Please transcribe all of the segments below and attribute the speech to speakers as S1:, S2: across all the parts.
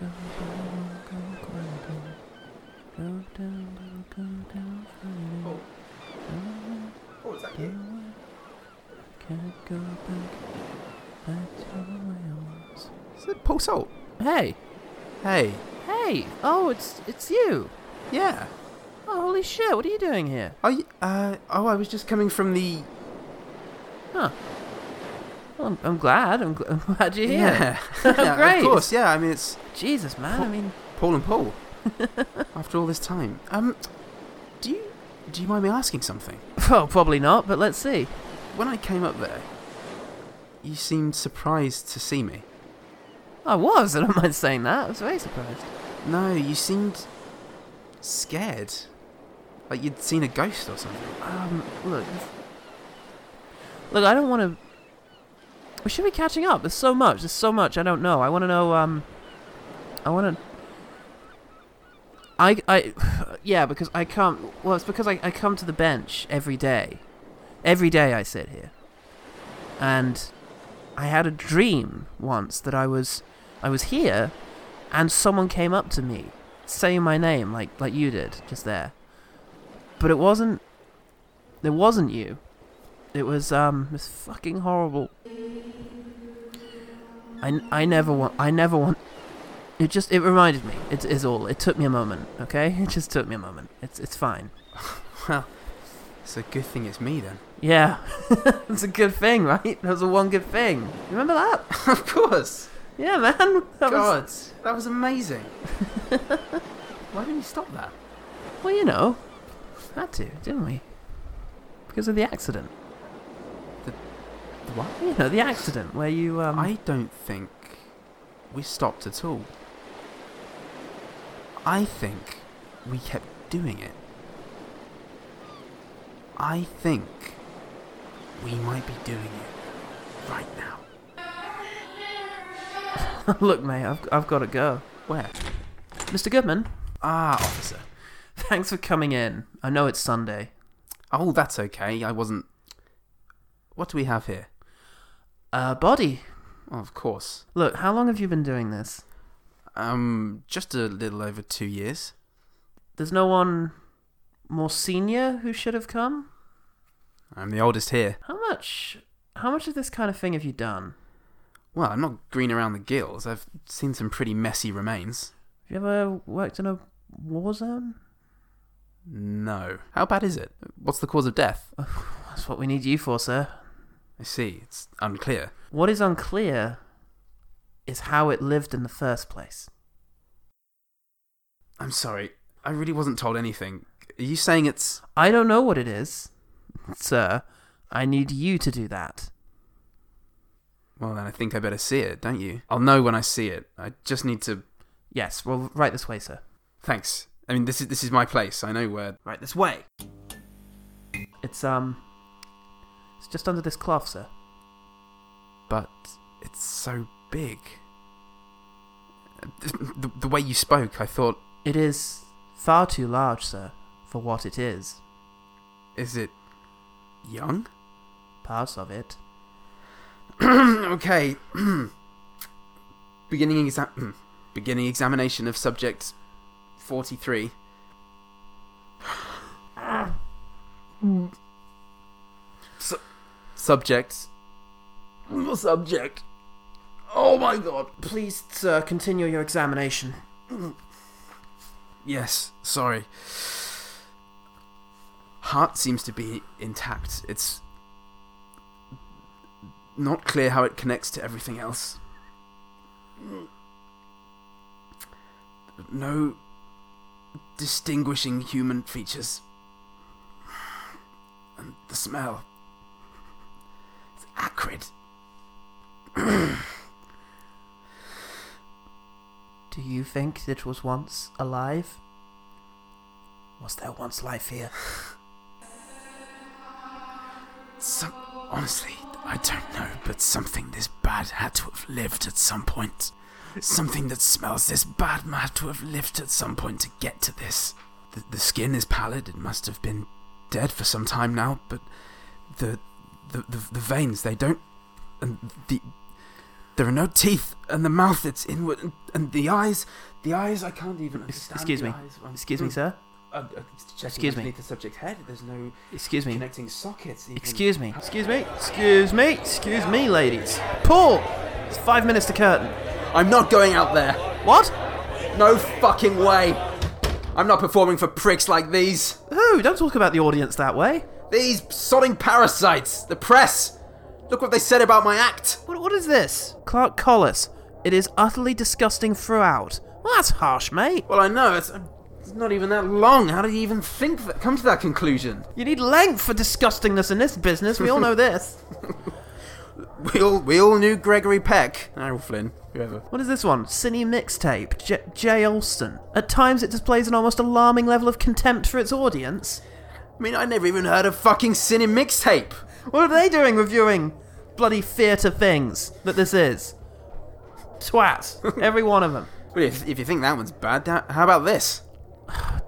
S1: go, go, go, go down. Go down, go, go down Friday.
S2: Oh, is that
S1: Go
S2: you?
S1: away. Can't go back, back to the way I was.
S2: Is it Paul Salt?
S1: Hey,
S2: Hey,
S1: hey! Oh, it's it's you!
S2: yeah.
S1: Oh, holy shit! What are you doing here?
S2: Are you, uh, oh, I was just coming from the.
S1: Huh? Well, I'm, I'm glad. I'm, gl- I'm glad you're here.
S2: Yeah,
S1: Great.
S2: Of course, yeah. I mean, it's
S1: Jesus, man. I mean,
S2: Paul and Paul. After all this time, um, do you do you mind me asking something?
S1: well, probably not, but let's see.
S2: When I came up there, you seemed surprised to see me.
S1: I was. I don't mind saying that. I was very surprised.
S2: No, you seemed scared, like you'd seen a ghost or something.
S1: Um, look. Look, I don't want to. We should be catching up. There's so much. There's so much. I don't know. I want to know. Um, I want to. I I, yeah, because I come. Well, it's because I I come to the bench every day. Every day I sit here. And I had a dream once that I was I was here, and someone came up to me saying my name like like you did just there. But it wasn't it wasn't you. It was um. It's fucking horrible. I, n- I never want. I never want. It just. It reminded me. It is all. It took me a moment. Okay. It just took me a moment. It's it's fine.
S2: Well, it's a good thing it's me then.
S1: Yeah. it's a good thing, right? That was a one good thing. You remember that?
S2: of course.
S1: Yeah, man. That was.
S2: God, that was amazing. Why didn't you stop that?
S1: Well, you know, had to, didn't we? Because of the accident.
S2: What?
S1: You know, the accident where you um.
S2: I don't think we stopped at all. I think we kept doing it. I think we might be doing it right now.
S1: Look, mate. I've I've got to go.
S2: Where?
S1: Mr. Goodman,
S2: Ah, officer.
S1: thanks for coming in. I know it's Sunday.
S2: Oh, that's okay. I wasn't. What do we have here?
S1: Uh, body.
S2: Oh, of course.
S1: Look, how long have you been doing this?
S2: Um, just a little over two years.
S1: There's no one more senior who should have come.
S2: I'm the oldest here.
S1: How much? How much of this kind of thing have you done?
S2: Well, I'm not green around the gills. I've seen some pretty messy remains.
S1: Have you ever worked in a war zone?
S2: No. How bad is it? What's the cause of death?
S1: That's what we need you for, sir.
S2: I see. It's unclear.
S1: What is unclear is how it lived in the first place.
S2: I'm sorry. I really wasn't told anything. Are you saying it's.
S1: I don't know what it is, sir. I need you to do that.
S2: Well, then I think I better see it, don't you? I'll know when I see it. I just need to.
S1: Yes, well, right this way, sir.
S2: Thanks. I mean, this is this is my place. I know where.
S1: Right this way. It's um. It's just under this cloth, sir.
S2: But it's so big. The, the way you spoke, I thought,
S1: It is far too large, sir, for what it is.
S2: is it young?
S1: Parts of it.
S2: okay. beginning exam. beginning examination of subject forty-three. Su- subject. Subject. Oh my god.
S1: Please, sir, continue your examination.
S2: Yes. Sorry. Heart seems to be intact. It's not clear how it connects to everything else. No distinguishing human features. And the smell. It's acrid.
S1: Do you think it was once alive? Was there once life here?
S2: Some, honestly, I don't know, but something this bad had to have lived at some point. Something that smells this bad had to have lived at some point to get to this. The, the skin is pallid. It must have been dead for some time now, but the the, the, the veins they don't, and the There are no teeth, and the mouth it's inward, and, and the eyes, the eyes I can't even understand.
S1: excuse
S2: the
S1: me.
S2: eyes. I'm-
S1: Excuse me, sir.
S2: I'm, I'm checking
S1: Excuse me.
S2: underneath the subject's head. There's no
S1: Excuse me.
S2: connecting sockets. Even.
S1: Excuse me. Excuse me. Excuse me. Excuse me, ladies. Paul! It's five minutes to curtain.
S2: I'm not going out there.
S1: What?
S2: No fucking way. I'm not performing for pricks like these.
S1: Who? Don't talk about the audience that way.
S2: These sodding parasites. The press. Look what they said about my act.
S1: What, what is this? Clark Collis. It is utterly disgusting throughout. Well, that's harsh, mate.
S2: Well, I know it's, uh, it's not even that long. How did you even think that? Come to that conclusion.
S1: You need length for disgustingness in this business. We all know this.
S2: We all we all knew Gregory Peck, Errol Flynn, whoever.
S1: What is this one? Cine mixtape. J- Jay Olson. At times, it displays an almost alarming level of contempt for its audience.
S2: I mean, I never even heard of fucking Cine mixtape.
S1: What are they doing reviewing bloody theatre things that this is? Twats. Every one of them.
S2: Well, if, if you think that one's bad, da- how about this?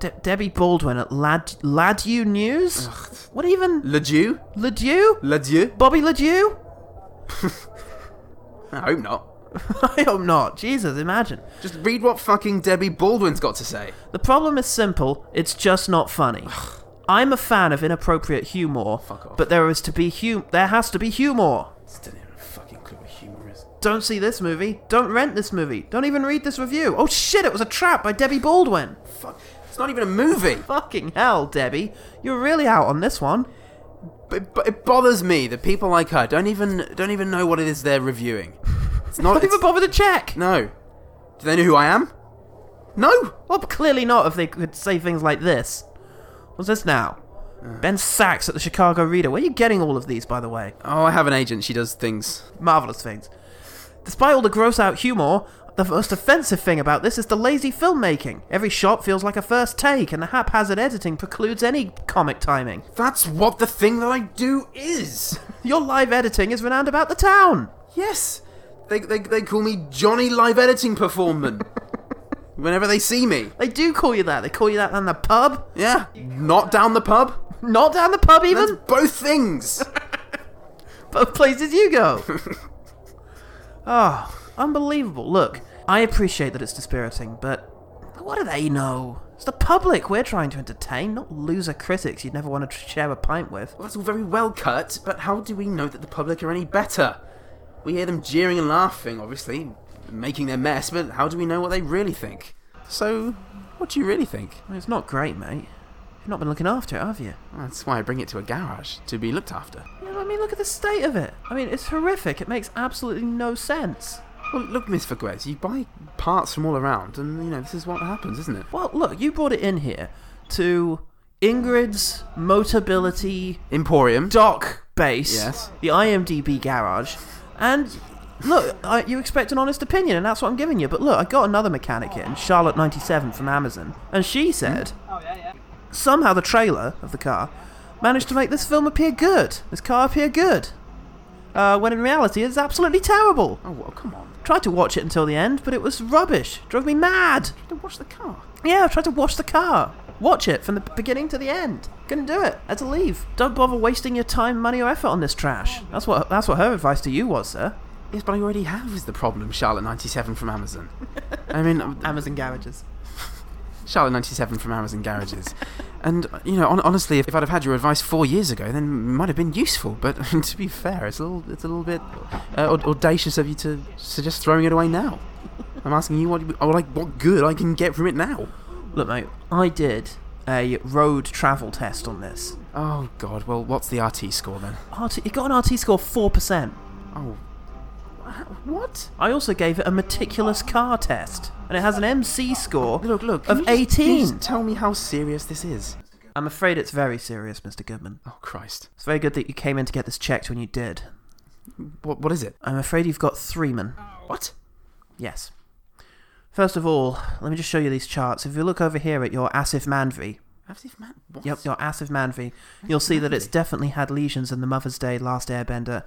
S1: De- Debbie Baldwin at Lad Ladu News? What even?
S2: Ledoux?
S1: Ladieu?
S2: Ledoux?
S1: Bobby Ladieu?
S2: I hope not.
S1: I hope not. Jesus, imagine.
S2: Just read what fucking Debbie Baldwin's got to say.
S1: The problem is simple, it's just not funny. I'm a fan of inappropriate humor,
S2: Fuck off.
S1: but there is to be hum- there has to be humor.
S2: Still not a fucking clue what humour is.
S1: Don't see this movie. Don't rent this movie. Don't even read this review. Oh shit, it was a trap by Debbie Baldwin.
S2: Fuck. It's not even a movie.
S1: Fucking hell, Debbie. You're really out on this one.
S2: But, but it bothers me that people like her don't even don't even know what it is they're reviewing. It's not.
S1: Don't
S2: it's,
S1: even bother to check.
S2: no. Do they know who I am? No.
S1: Well, clearly not if they could say things like this. What's this now?
S2: Uh.
S1: ben Sachs at the Chicago Reader. Where are you getting all of these, by the way?
S2: Oh, I have an agent. She does things.
S1: Marvelous things. Despite all the gross out humour, the most offensive thing about this is the lazy filmmaking. Every shot feels like a first take, and the haphazard editing precludes any comic timing.
S2: That's what the thing that I do is.
S1: Your live editing is renowned about the town.
S2: Yes. They, they, they call me Johnny Live Editing Performman. Whenever they see me.
S1: They do call you that. They call you that in the pub.
S2: Yeah. Not down the pub.
S1: Not down the pub, even.
S2: That's both things.
S1: both places you go. oh, unbelievable. Look, I appreciate that it's dispiriting, but what do they know? It's the public we're trying to entertain, not loser critics you'd never want to share a pint with.
S2: Well, that's all very well, Kurt, but how do we know that the public are any better? We hear them jeering and laughing, obviously, making their mess, but how do we know what they really think? So, what do you really think?
S1: I mean, It's not great, mate. You've not been looking after it, have you?
S2: Well, that's why I bring it to a garage, to be looked after.
S1: Yeah, I mean, look at the state of it. I mean, it's horrific. It makes absolutely no sense.
S2: Well, look, Miss Faguez, you buy parts from all around, and, you know, this is what happens, isn't it?
S1: Well, look, you brought it in here to Ingrid's Motability
S2: Emporium.
S1: doc base,
S2: Yes.
S1: the IMDb garage, and look, I, you expect an honest opinion, and that's what I'm giving you. But look, I got another mechanic in, Charlotte97 from Amazon, and she said somehow the trailer of the car managed to make this film appear good, this car appear good, uh, when in reality it's absolutely terrible.
S2: Oh, well, come on.
S1: Tried to watch it until the end, but it was rubbish. Drove me mad.
S2: Then Watch the car.
S1: Yeah, I tried to wash the car. Watch it from the beginning to the end. Couldn't do it. Had to leave. Don't bother wasting your time, money, or effort on this trash. That's what that's what her advice to you was, sir.
S2: Yes, but I already have is the problem, Charlotte97 from Amazon. I mean,
S1: Amazon garages.
S2: Charlotte ninety seven from Amazon Garages, and you know, hon- honestly, if I'd have had your advice four years ago, then it might have been useful. But to be fair, it's a little, it's a little bit uh, aud- audacious of you to suggest throwing it away now. I'm asking you what, you- oh, like, what good I can get from it now.
S1: Look, mate, I did a road travel test on this.
S2: Oh God, well, what's the RT score then?
S1: RT, it got an RT score four percent.
S2: Oh, wha- what?
S1: I also gave it a meticulous car test, and it has an MC score.
S2: Look, look,
S1: of
S2: can you just- can you
S1: eighteen.
S2: just tell me how serious this is.
S1: I'm afraid it's very serious, Mr. Goodman.
S2: Oh Christ,
S1: It's very good that you came in to get this checked when you did.
S2: what, what is it?
S1: I'm afraid you've got three men.
S2: What?
S1: Yes. First of all, let me just show you these charts. If you look over here at your Asif Manvi,
S2: Absolutely, man. What?
S1: yep, your Asif Manvi, you'll see that it's definitely had lesions in the Mother's Day, Last Airbender,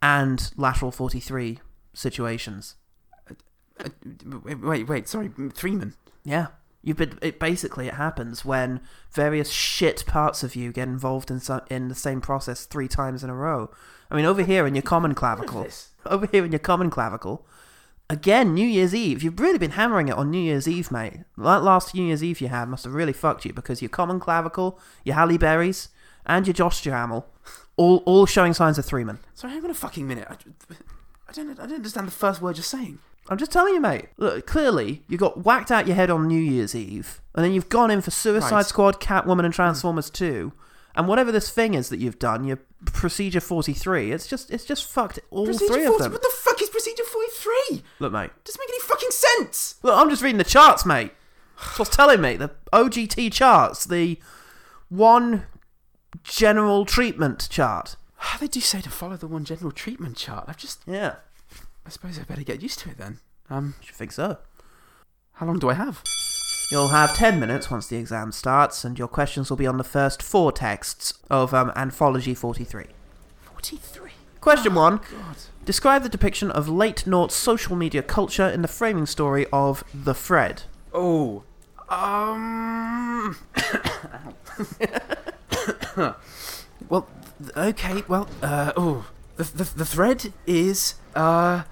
S1: and lateral 43 situations.
S2: Uh, Wait, wait, wait. Sorry, Threeman.
S1: Yeah. You've been it, basically it happens when various shit parts of you get involved in some, in the same process three times in a row. I mean, over here in your common clavicle,
S2: this?
S1: over here in your common clavicle, again New Year's Eve. You've really been hammering it on New Year's Eve, mate. That last New Year's Eve you had must have really fucked you because your common clavicle, your Halle Berrys, and your Josh Jamal, all all showing signs of three man.
S2: So hang on a fucking minute. I, I don't. I don't understand the first word you're saying.
S1: I'm just telling you, mate. Look, clearly you got whacked out your head on New Year's Eve, and then you've gone in for Suicide
S2: Right. Hmm.
S1: Squad, Catwoman, and Transformers Two, and whatever this thing is that you've done, your Procedure Forty Three. It's just, it's just fucked all
S2: Procedure
S1: three
S2: 40
S1: of them.
S2: What the fuck is procedure forty-three?
S1: Look, mate.
S2: Doesn't make any fucking sense.
S1: Look, I'm just reading the charts, mate. That's what's telling me the OGT charts, the one general treatment chart.
S2: Ah, They do say to follow the one general treatment chart. I've just.
S1: Yeah,
S2: I suppose I better get used to it then. Um,
S1: you think so?
S2: how long do I have?
S1: You'll have 10 minutes once the exam starts, and your questions will be on the first four texts of um, Anthology 43.
S2: Forty-three.
S1: Question one
S2: God.
S1: Describe the depiction of late nought social media culture in the framing story of The Fred.
S2: Oh. Um. well, th- okay. Well, uh, oh, the, the the thread is uh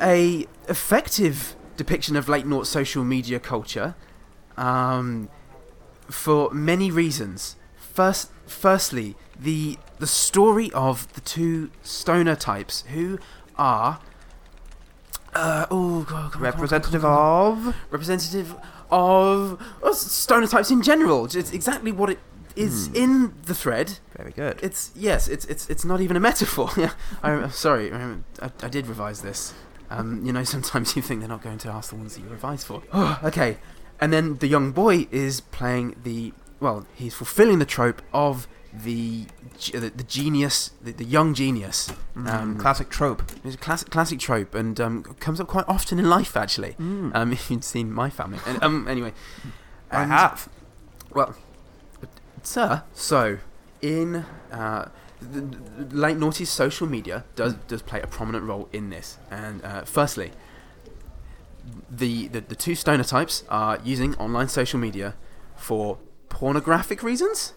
S2: a effective depiction of late nought social media culture, um, for many reasons. First, firstly, the the story of the two stoner types who are. Uh, oh god! come on, come on,
S1: Representative
S2: come on, come on, come on
S1: of.
S2: representative of well, s- stoner types in general. It's exactly what it is in the thread.
S1: Very good.
S2: It's yes, it's it's it's not even a metaphor. Yeah, I, am sorry, I, remember- I, I did revise this. Um, you know, sometimes you think they're not going to ask the ones that you revise for. Oh, okay, and then the young boy is playing the well, he's fulfilling the trope of the ge- the, the genius, the, the young genius. Um,
S1: Um, classic trope.
S2: it's a classic, classic trope and um, comes up quite often in life, actually. Um, if you'd seen my family. And, um, anyway.
S1: I
S2: And-
S1: have.
S2: Well, sir. So, in uh, the, the late noughties, social media does does play a prominent role in this. And uh, firstly, the, the the two stoner types are using online social media for pornographic reasons.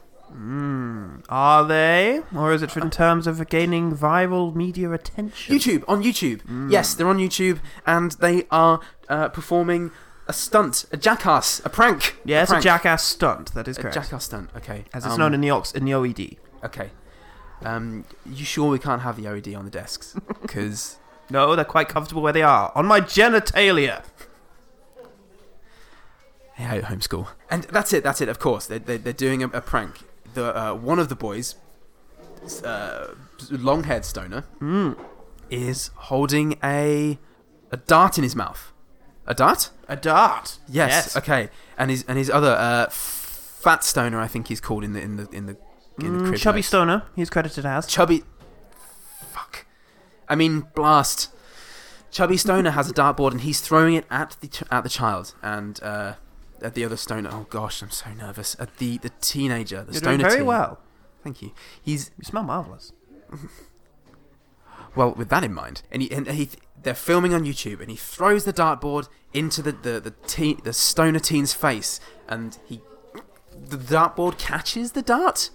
S1: Are they? Or is it in terms of gaining viral media attention?
S2: YouTube on YouTube.
S1: Mm.
S2: Yes, they're on YouTube, and they are uh, performing a stunt, a jackass, a prank.
S1: yeah, it's a
S2: prank.
S1: jackass stunt. That is
S2: A
S1: correct.
S2: jackass stunt. Okay,
S1: As it's
S2: Um,
S1: known in the Ox in the E OED.
S2: Okay, um, you sure we can't have the OED on the desks? Because
S1: No, they're quite comfortable where they are. On my genitalia.
S2: I hate homeschool, and that's it. That's it. Of course, they're they're, they're doing a, a prank. The uh, one of the boys, uh, long-haired stoner, is holding a a dart in his mouth. A dart?
S1: A dart.
S2: Yes. Okay. And his and his other uh, fat stoner, I think he's called in the in the in the, in the crib
S1: Mm, Chubby
S2: notes.
S1: Stoner, he's credited as.
S2: Chubby. Fuck. I mean, blast. Chubby Stoner has a dartboard and he's throwing it at the ch- at the child and uh, at the other stoner. Oh gosh, I'm so nervous. At the the teenager, the
S1: You're
S2: stoner.
S1: doing very
S2: teen.
S1: well.
S2: Thank you. He's
S1: You smell marvelous.
S2: well with that in mind, and he and he they're filming on YouTube and he throws the dartboard into the the the, teen, the stoner teen's face and he the dartboard catches the dart.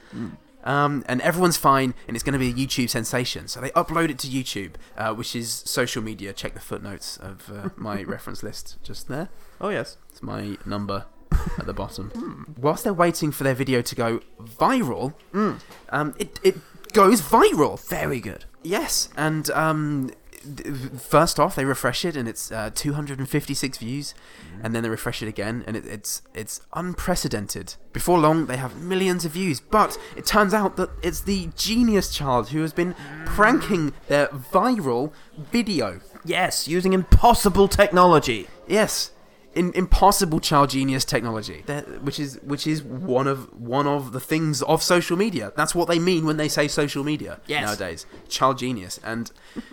S2: Um, and everyone's fine, and it's going to be a YouTube sensation. So they upload it to YouTube, uh, which is social media. Check the footnotes of uh, my reference list just there.
S1: Oh yes. Hmm.
S2: It's my number at the bottom. Whilst they're waiting for their video to go viral, um, it, it goes viral.
S1: Hmm. Very good.
S2: Yes, and um, th- first off, they refresh it, and it's uh, 256 views, and then they refresh it again, and it, it's it's unprecedented. Before long, they have millions of views, but it turns out that it's the genius child who has been pranking their viral video.
S1: Yes, using impossible technology.
S2: Yes. In, impossible child genius technology, that, which is which is one of one of the things of social media. That's what they mean when they say social media
S1: Yes.
S2: nowadays. Child genius, and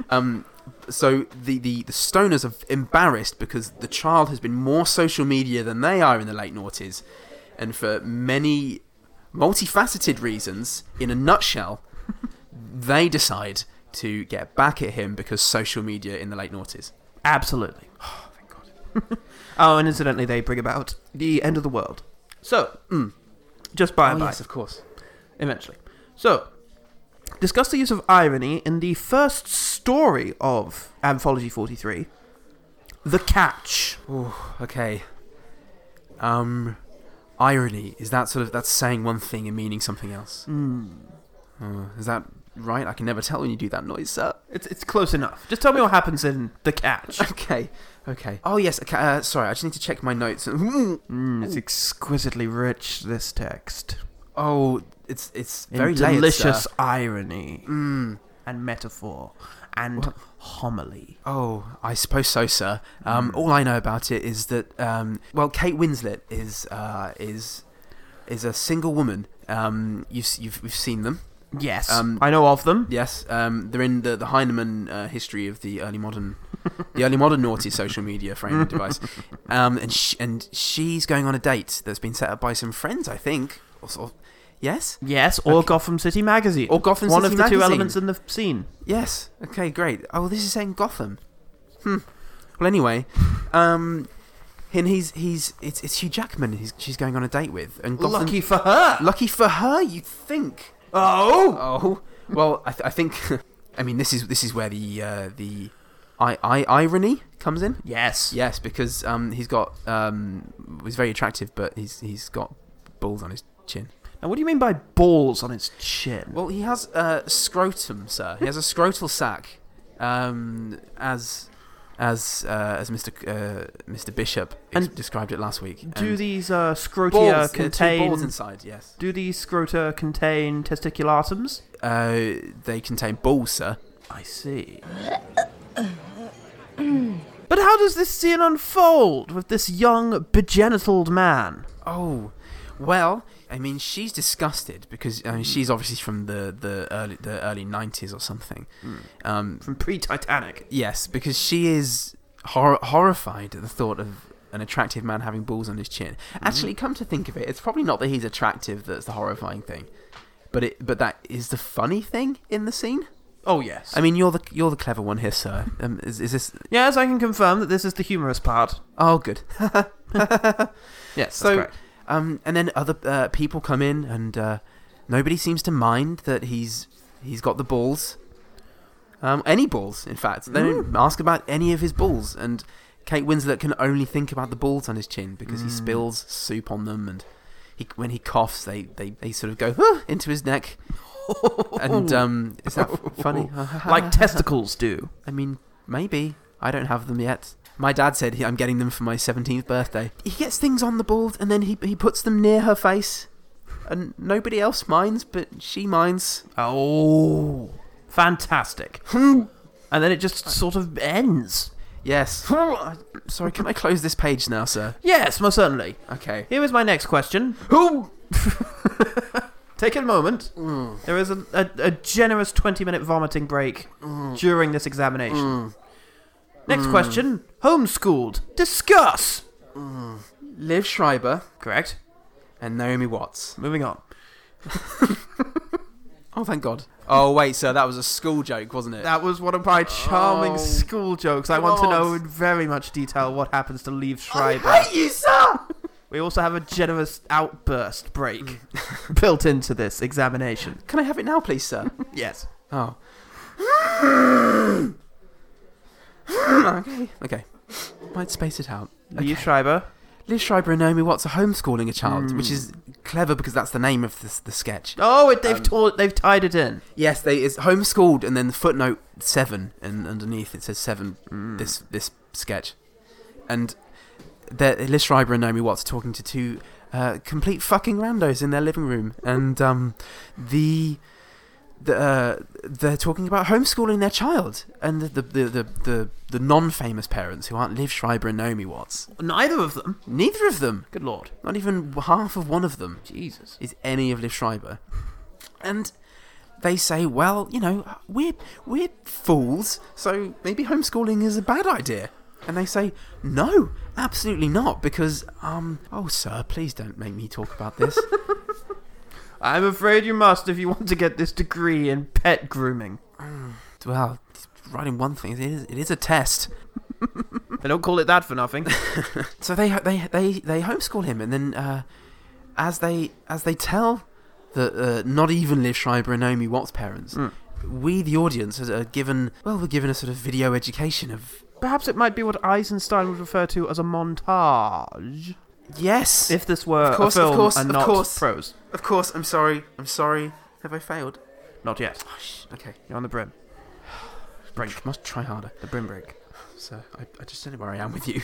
S2: um, so the, the the stoners are embarrassed because the child has been more social media than they are in the late noughties, and for many multifaceted reasons. In a nutshell, they decide to get back at him because social media in the late noughties.
S1: Absolutely.
S2: Thank God.
S1: Oh, and incidentally, they bring about the end of the world. So, mm, just by and by,
S2: Oh, of course.
S1: eventually. So, discuss the use of irony in the first story of Anthology 43 The Catch.
S2: Ooh, okay. Um, irony is that sort of that's saying one thing and meaning something else. Oh, is that right? I can never tell when you do that noise, sir.
S1: It's, it's close enough. Just tell me what happens in The Catch.
S2: Okay, okay. Oh yes. Okay, uh, sorry, I just need to check my notes.
S1: Mm, it's exquisitely rich, this text.
S2: oh, it's it's
S1: In
S2: very layered,
S1: delicious
S2: sir.
S1: irony
S2: Mm.
S1: and metaphor and homily.
S2: Oh, I suppose so, sir. Um, All I know about it is that um, well, Kate Winslet is uh, is is a single woman. Um, you've, s- you've we've seen them.
S1: Yes,
S2: Um,
S1: I know of them.
S2: Yes, um, they're in the the Heinemann uh, history of the early modern, the early modern naughty social media framing device. Um, and sh- and she's going on a date that's been set up by some friends, I think. Or, sort of- yes,
S1: Yes, or
S2: Okay.
S1: Gotham City Magazine.
S2: or Gotham.
S1: One
S2: City
S1: of the
S2: Magazine.
S1: two elements in the scene.
S2: Yes. Okay, great. Oh, this is saying Gotham. Hmm. Well, anyway, um, and he's he's it's it's Hugh Jackman. He's, she's going on a date with, and Gotham,
S1: for her.
S2: lucky for her, you think?
S1: Oh,
S2: Oh, well, I, th- I think, I mean, this is this is where the uh, the I, I irony comes in.
S1: yes.
S2: Yes, because um, he's got um, he's very attractive, but he's he's got balls on his chin.
S1: Now, what do you mean by balls on its chin?
S2: Well, he has a scrotum, sir. He has a scrotal sac, um, as as uh, as Mr. C- Uh, Mr. Bishop ex-
S1: And
S2: described it last week.
S1: do
S2: And
S1: these uh, scrotia
S2: balls, there are two
S1: contain?
S2: balls inside? Yes,
S1: do these scrota contain testiculatums?
S2: uh, they contain balls, sir.
S1: I see. but how does this scene unfold with this young begenitaled man?
S2: Oh, well, I mean, she's disgusted because I mean, she's obviously from the the early the early nineties or something. Um,
S1: from pre-Titanic.
S2: yes, because she is hor- horrified at the thought of an attractive man having balls on his chin. Actually, come to think of it, it's probably not that he's attractive that's the horrifying thing, but it but that is the funny thing in the scene.
S1: Oh yes.
S2: I mean, you're the you're the clever one here, sir. Um, is, is this?
S1: yes, I can confirm that this is the humorous part.
S2: Oh, good.
S1: Yes.
S2: So, um, and then other uh, people come in, and uh, nobody seems to mind that he's he's got the balls. Um, any balls, in fact. They don't ask about any of his balls, and Kate Winslet can only think about the balls on his chin because he spills soup on them, and he when he coughs, they they, they sort of go "Huh," into his neck. And um, is that f- funny?
S1: uh, like testicles do.
S2: I mean, maybe. I don't have them yet. My dad said he, I'm getting them for my 17th birthday. He gets things on the balls and then he, he puts them near her face. And nobody else minds, but she minds.
S1: Oh, Hmm. fantastic! and then it just sort of ends.
S2: Yes.
S1: Hmm.
S2: Sorry, can I close this page now, sir?
S1: Yes, most certainly.
S2: Okay.
S1: Here is my next question.
S2: Who?
S1: Take a moment. There is a, a, a generous 20 minute vomiting break during this examination. Next question Homeschooled. Discuss!
S2: Liv Schreiber
S1: Correct.
S2: and Naomi Watts.
S1: Moving on.
S2: Oh, thank God. Oh, wait, sir, that was a school joke, wasn't it?
S1: That was one of my charming
S2: Oh,
S1: school jokes. I want to
S2: God.
S1: know in very much detail what happens to Leave
S2: I
S1: Schreiber.
S2: hate you, sir!
S1: We also have a generous outburst break built into this examination.
S2: Can I have it now, please, sir?
S1: Yes.
S2: Oh. okay. Okay. Might space it out.
S1: Leave
S2: Okay.
S1: Schreiber.
S2: Liz Schreiber and Naomi Watts are homeschooling a child, which is clever because that's the name of this, the sketch.
S1: Oh, it, they've, taught, they've tied it in.
S2: Yes, they is homeschooled, and then the footnote seven, and underneath it says seven. This this sketch, and they're- Liz Schreiber and Naomi Watts are talking to two uh, complete fucking randos in their living room, and um, the. The, uh, they're talking about homeschooling their child, and the the, the, the, the non-famous parents who aren't Liv Schreiber and Naomi Watts.
S1: Neither of them.
S2: Neither of them,
S1: Good lord.
S2: not even half of one of them,
S1: Jesus.
S2: is any of Liv Schreiber. And they say, well, you know, we're we're fools, so maybe homeschooling is a bad idea. And they say, no, absolutely not, because um, oh sir, please don't make me talk about this.
S1: I'm afraid you must if you want to get this degree in pet grooming.
S2: well, writing one thing, it is, it is a test.
S1: They don't call it that for nothing.
S2: So they they they they homeschool him, and then uh, as they as they tell the uh, not even Liv Schreiber and Naomi Watts parents,
S1: Mm.
S2: we the audience are given well, we're given a sort of video education of
S1: Perhaps it might be what Eisenstein would refer to as a montage.
S2: yes,
S1: If this were
S2: Of course,
S1: a
S2: of
S1: film
S2: course,
S1: and
S2: of
S1: not
S2: course.
S1: prose.
S2: of course. I'm sorry, I'm sorry. Have I failed?
S1: Not yet.
S2: Oh, sh- okay,
S1: You're on the brim. Break.
S2: must try harder.
S1: The brim break.
S2: So I, I just don't know where I am with you.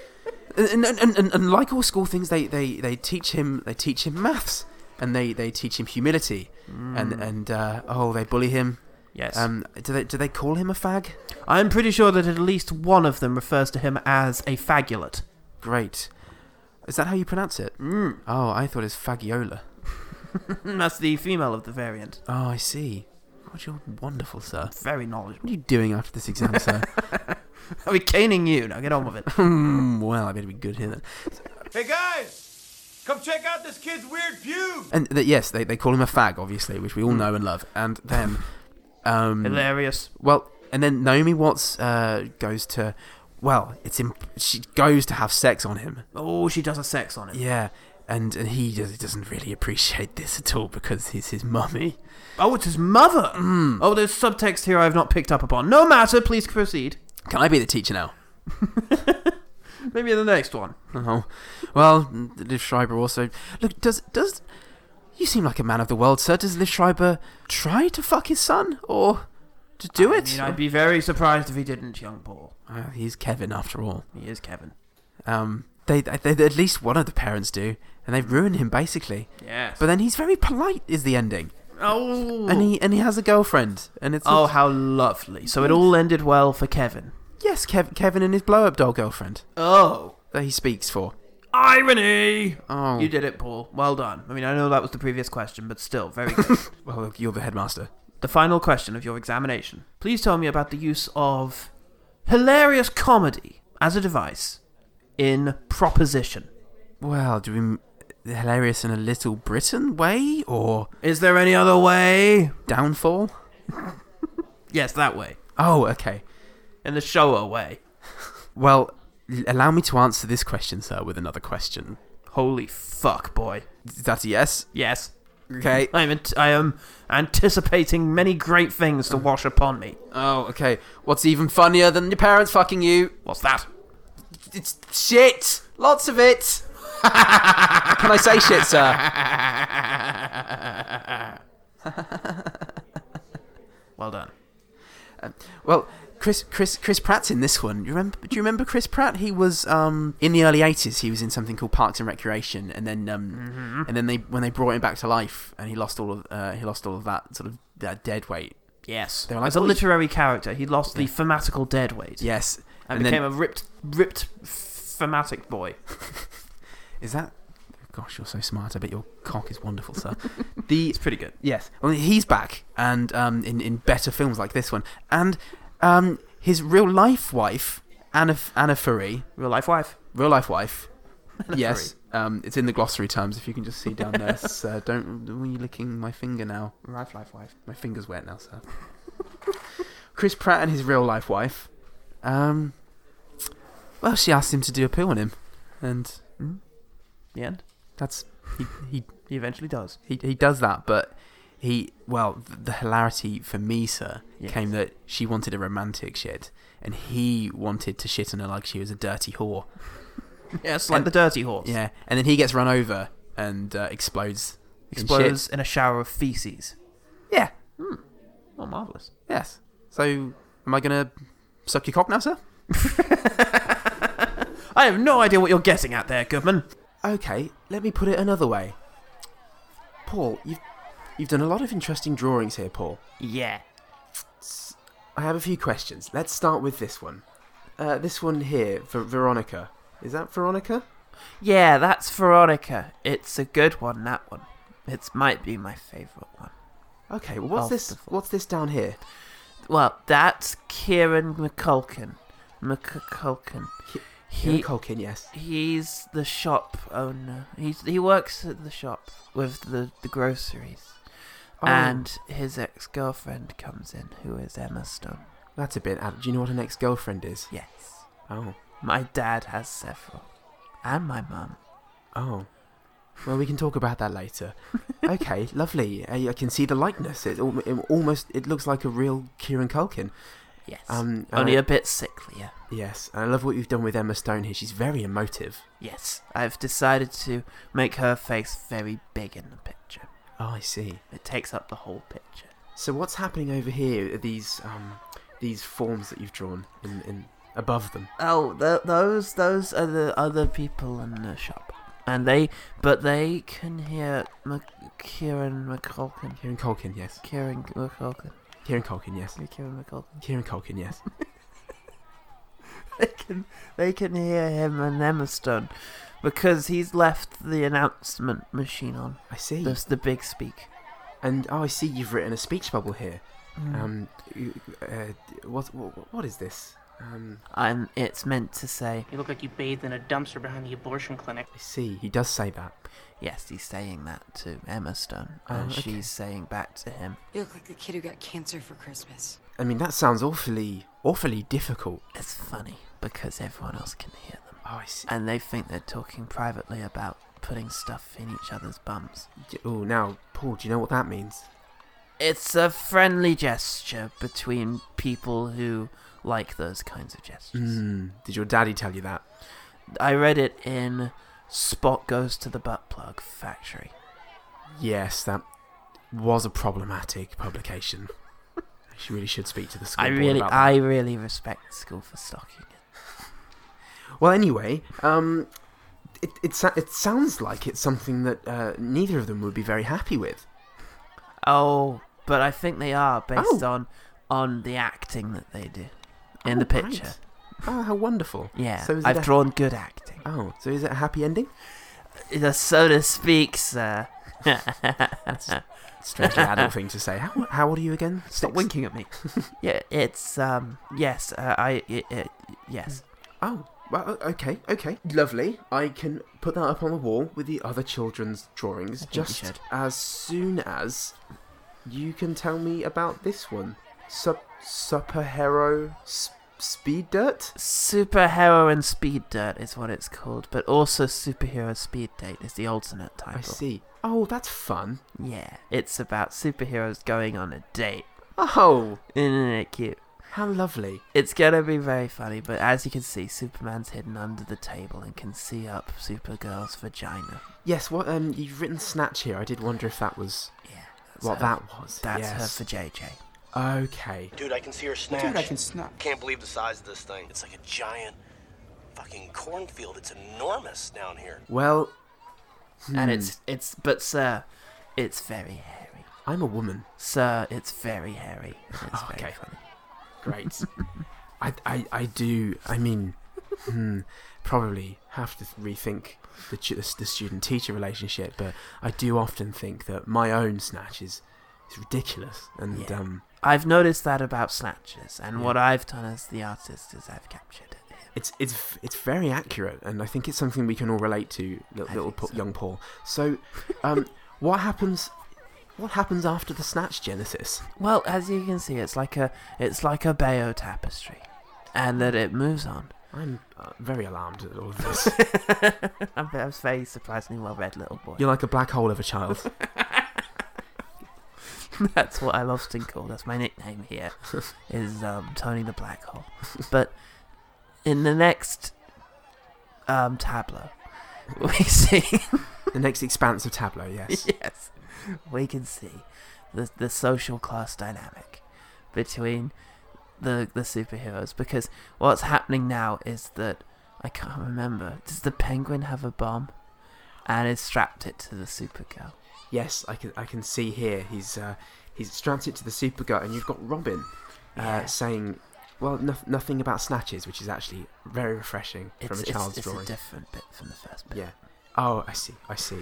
S2: and, and, and, and, and like all school things, they, they, they teach him they teach him maths, and they, they teach him humility, and and uh, oh they bully him.
S1: Yes.
S2: Um, do they do they call him a fag?
S1: I'm pretty sure that at least one of them refers to him as a fagulate.
S2: Great. Is that how you pronounce it?
S1: Mm.
S2: Oh, I thought it's fagiola.
S1: Hmm, That's the female of the variant.
S2: Oh, I see. God, you're wonderful, sir.
S1: Very knowledgeable.
S2: What are you doing after this exam, sir?
S1: I'll be caning you. Now get on with it.
S2: Hmm, well, I better be good here then.
S3: Hey guys, come check out this kid's weird pubes.
S2: And th- yes, they, they call him a fag, obviously, which we
S1: Hmm.
S2: all know and love. And then, um,
S1: Hilarious.
S2: well, and then Naomi Watts uh, goes to, well, it's imp- she goes to have sex on him.
S1: Oh, she does a sex on him.
S2: Yeah, and and he just, doesn't really appreciate this at all because he's his mummy.
S1: Oh, it's his mother. Oh, there's subtext here I have not picked up upon. No matter. Please proceed.
S2: Can I be the teacher now?
S1: Maybe in the next one.
S2: Oh, well, Liv Schreiber also. Look, does does you seem like a man of the world, sir? Does Liv Schreiber try to fuck his son or to do
S1: I
S2: it?
S1: mean, I'd be very surprised if he didn't, young Paul.
S2: Uh, he's Kevin after all.
S1: He is Kevin.
S2: Um, they, they, they at least one of the parents do, and they ruin him basically.
S1: Yes.
S2: But then he's very polite, is the ending,
S1: oh.
S2: and he and he has a girlfriend, and it's
S1: oh, how lovely. So it all ended well for Kevin.
S2: yes, Kev- Kevin and his blow up doll girlfriend
S1: Oh.
S2: that he speaks for.
S1: Irony!
S2: Oh,
S1: You did it, Paul. Well done. I mean, I know that was the previous question, but still, very good.
S2: well, look, you're the headmaster.
S1: the final question of your examination. Please tell me about the use of hilarious comedy as a device in proposition.
S2: Well, do we m- hilarious in a Little Britain way or
S1: Is there any other way?
S2: downfall?
S1: Yes, that way.
S2: Oh, okay.
S1: In the show way.
S2: Well, l- allow me to answer this question, sir, with another question.
S1: Holy fuck, boy.
S2: Is that a yes?
S1: Yes.
S2: Okay.
S1: I'm ant- I am anticipating many great things to wash upon me.
S2: Oh, okay. What's even funnier than your parents fucking you?
S1: What's that?
S2: It's shit. Lots of it. Can I say shit, sir?
S1: Well done.
S2: Well, Chris, Chris, Chris Pratt's in this one. You remember? Do you remember Chris Pratt? He was um in the early '80s. He was in something called Parks and Recreation, and then um
S1: Mm-hmm.
S2: and then they when they brought him back to life, and he lost all of uh, he lost all of that sort of that dead weight.
S1: Yes.
S2: They were like,
S1: As a
S2: "Oh, you-
S1: literary character, he lost the thematical dead weight
S2: Yes,
S1: and,
S2: and then-
S1: became a ripped, ripped thematic boy.
S2: Is that? Gosh, you're so smart. I bet your cock is wonderful, sir. the
S1: It's pretty good.
S2: yes, well, he's back, and um, in in better films like this one, and um, his real life wife Anna F- Anna Furry,
S1: Real life wife.
S2: real life wife. yes, um, it's in the glossary terms. If you can just see down there, sir. Don't are you licking my finger now?
S1: Life, life, wife.
S2: My finger's wet now, sir. Chris Pratt and his real life wife. Um, well, she asked him to do a poo on him, and
S1: The end.
S2: that's he he
S1: He eventually does.
S2: he he does that, but he well th- the hilarity for me, sir,
S1: Yes.
S2: came that she wanted a romantic shit, and he wanted to shit on her like she was a dirty whore.
S1: Yes, like
S2: And-
S1: the dirty horse.
S2: Yeah, and then he gets run over and uh, explodes. in shit.
S1: Explodes in a shower of feces.
S2: Yeah.
S1: Oh, marvelous.
S2: Yes. So am I gonna suck your cock now, sir?
S1: I have no idea what you're getting at there, Goodman.
S2: Okay. Let me put it another way. Paul, you've you've done a lot of interesting drawings here, Paul.
S1: Yeah.
S2: I have a few questions. Let's start with this one. Uh, this one here for Veronica. Is that Veronica?
S1: Yeah, that's Veronica. It's a good one, that one. It's might be my favourite one.
S2: Okay, well, what's
S1: Of
S2: this?
S1: the four.
S2: What's this down here?
S1: Well, that's Kieran McCulkin. McCulkin.
S2: Ki-
S1: He,
S2: Culkin, yes.
S1: he's the shop owner. He's he works at the shop with the, the groceries.
S2: Oh,
S1: And his ex girlfriend comes in, who is Emma Stone.
S2: that's a bit. Ad- Do you know what an ex-girlfriend is?
S1: Yes.
S2: Oh,
S1: My dad has several, and my mum.
S2: Oh. Well, we can talk about that later. okay, lovely. Uh, I, I can see the likeness. It, al- it almost it looks like a real Kieran Culkin.
S1: Yes.
S2: Um, and
S1: Only
S2: I-
S1: a bit sicklier.
S2: yes. And I love what you've done with Emma Stone here. She's very emotive.
S1: Yes, I've decided to make her face very big in the picture.
S2: Oh, I see.
S1: It takes up the whole picture.
S2: So what's happening over here? Are these um these forms that you've drawn in, in above them?
S1: Oh, th- those those are the other people in the shop, and they but they can hear Mac- Kieran McCulkin.
S2: Kieran Culkin, yes.
S1: Kieran McCulkin.
S2: Kieran Culkin, yes.
S1: Kieran McCulkin.
S2: Kieran Culkin, yes.
S1: They can they can hear him and Emma Stone, because he's left the announcement machine on.
S2: I see.
S1: That's the big speak.
S2: And oh, I see you've written a speech bubble here.
S1: Mm.
S2: Um, you- uh, what, what what is this? Um,
S1: and it's meant to say
S4: You look like you bathed in a dumpster behind the abortion clinic.
S2: I see. He does say that.
S1: yes. He's saying that to Emma Stone,
S2: Oh,
S1: and
S2: okay.
S1: she's saying back to him.
S5: You look like the kid who got cancer for Christmas.
S2: I mean, that sounds awfully awfully difficult.
S1: It's funny because everyone else can hear them.
S2: Oh, I see.
S1: and they think they're talking privately about putting stuff in each other's bums.
S2: Oh, now Paul, do you know what that means?
S1: It's a friendly gesture between people who like those kinds of gestures.
S2: Mm, did your daddy tell you that?
S1: I read it in Spot Goes to the Butt Plug Factory.
S2: Yes, that was a problematic publication. She really should speak to the school.
S1: I
S2: board
S1: really
S2: about
S1: I really respect school for stocking it.
S2: that. Well, anyway, um, it it, sa- it sounds like it's something that uh, neither of them would be very happy with.
S1: Oh, but I think they are based
S2: Oh.
S1: on on the acting that they do in
S2: Oh,
S1: the
S2: great.
S1: picture.
S2: Oh, how wonderful!
S1: Yeah.
S2: So is it
S1: I've
S2: a-
S1: drawn good acting.
S2: Oh, so is it a happy ending?
S1: So to speak, sir.
S2: Strangely adult thing to say. How, how old are you again? Stop
S1: Six.
S2: winking at me.
S1: Yeah, it's um yes, uh, I it, it, yes.
S2: Oh, well, o- okay, okay. Lovely. I can put that up on the wall with the other children's drawings
S1: think you
S2: just
S1: should.
S2: as soon as you can tell me about this one. Sup, superhero sp- speed dirt?
S1: Superhero and speed dirt is what it's called, but also superhero speed date is the alternate title.
S2: I see. Oh, that's fun.
S1: Yeah, it's about superheroes going on a date.
S2: Oh,
S1: Isn't it cute?
S2: how lovely.
S1: It's gonna be very funny, but as you can see, Superman's hidden under the table and can see up Supergirl's vagina.
S2: Yes, what um, you've written snatch here. I did wonder if that was
S1: Yeah, that's
S2: what
S1: her-
S2: that was.
S1: That's
S2: yes.
S1: her for JJ.
S2: Okay.
S6: Dude, I can see her snatch.
S7: Dude, I can snap.
S6: Can't believe the size of this thing. It's like a giant fucking cornfield. It's enormous down here.
S2: Well, Hmm.
S1: And it's it's but sir, it's very hairy.
S2: I'm a woman.
S1: Sir, it's very hairy. It's
S2: Oh,
S1: very
S2: okay.
S1: funny.
S2: Great. I, I, I do. I mean, hmm, probably have to rethink the, tu- the, the student teacher relationship, but I do often think that my own snatch is, is ridiculous. And
S1: Yeah.
S2: um,
S1: I've noticed that about snatches, and what I've done as the artist is I've captured it. here.
S2: it's, it's, v- it's very accurate, and I think it's something we can all relate to, little,
S1: I
S2: little
S1: think
S2: pa-
S1: so.
S2: young Paul. So, um, what happens? What happens after the snatch genesis?
S1: Well, as you can see, it's like a it's like a Bayeux tapestry, and that it moves on.
S2: I'm uh, very alarmed at all of this.
S1: I'm, I was very surprisingly well read, little boy.
S2: You're like a black hole of a child.
S1: That's what I'm often called. That's my nickname here. Is um, Tony the Black Hole. But in the next um, tableau, we see
S2: the next expansive tableau, yes.
S1: yes, we can see the the social class dynamic between the the superheroes because what's happening now is that I can't remember. Does the Penguin have a bomb? And has strapped it to the Supergirl.
S2: Yes, I can. I can see here. He's uh, he's strapped it to the supergut, and you've got Robin uh,
S1: Yeah.
S2: saying, "Well, no- nothing about snatches," which is actually very refreshing
S1: It's,
S2: from a
S1: it's-
S2: child's
S1: it's
S2: drawing.
S1: a different bit from the first bit.
S2: yeah. Oh, I see. I see.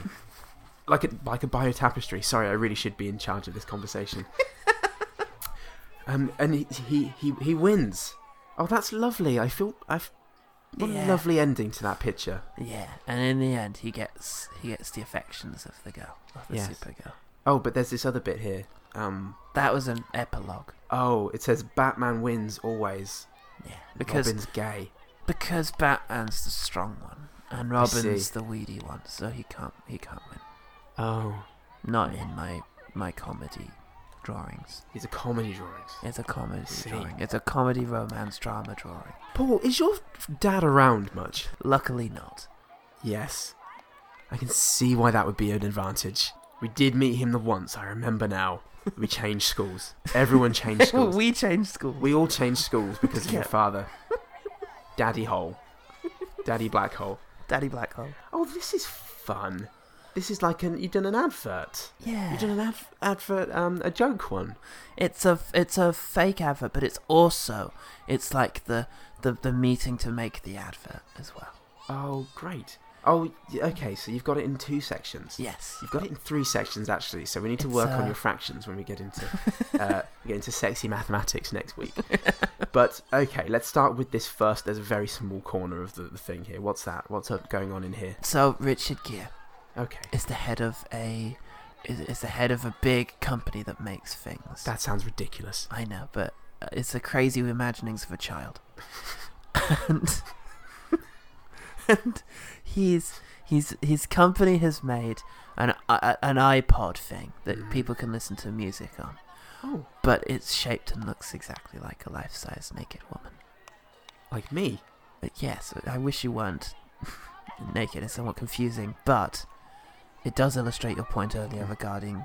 S2: like a like a bio tapestry. Sorry, I really should be in charge of this conversation. um, and he, he he he wins. Oh, that's lovely. I feel I've. What
S1: Yeah.
S2: a lovely ending to that picture.
S1: Yeah, and in the end, he gets he gets the affections of the girl, of the
S2: Yes.
S1: Supergirl.
S2: Oh, but there's this other bit here. Um,
S1: That was an epilogue.
S2: oh, it says Batman wins always.
S1: Yeah, because
S2: Robin's gay.
S1: because Batman's the strong one and Robin's the weedy one, so he can't he can't win.
S2: Oh,
S1: Not in my my comedy drawings.
S2: these are comedy drawings.
S1: It's a comedy
S2: See.
S1: drawing. It's a comedy romance drama drawing.
S2: Paul, is your dad around much?
S1: Luckily not.
S2: Yes. I can see why that would be an advantage. We did meet him the once, I remember now. We changed schools. Everyone changed schools.
S1: we changed school.
S2: We all changed schools because of your father. Daddy Hole. Daddy Black Hole.
S1: Daddy Black Hole.
S2: Oh, this is fun. This is like an you've done an advert.
S1: Yeah.
S2: You've done an adv- advert, um, a joke one.
S1: It's a it's a fake advert, but it's also it's like the the, the meeting to make the advert as well.
S2: Oh, great. Oh, y- okay. So you've got it in two sections.
S1: Yes.
S2: You've got it in three sections actually. So we need to
S1: It's,
S2: work
S1: uh,
S2: on your fractions when we get into uh, we get into sexy mathematics next week. but okay, let's start with this first. There's a very small corner of the, the thing here. What's that? What's up going on in here?
S1: So Richard Gere
S2: Okay.
S1: is the head of a is, is the head of a big company that makes things.
S2: That sounds ridiculous.
S1: I know, but uh, it's the crazy imaginings of a child. and and he's he's his company has made an i- an iPod thing that people can listen to music on.
S2: Oh.
S1: But it's shaped and looks exactly like a life-size naked woman.
S2: Like me.
S1: But yes, I wish you weren't naked. It's somewhat confusing, but it does illustrate your point earlier regarding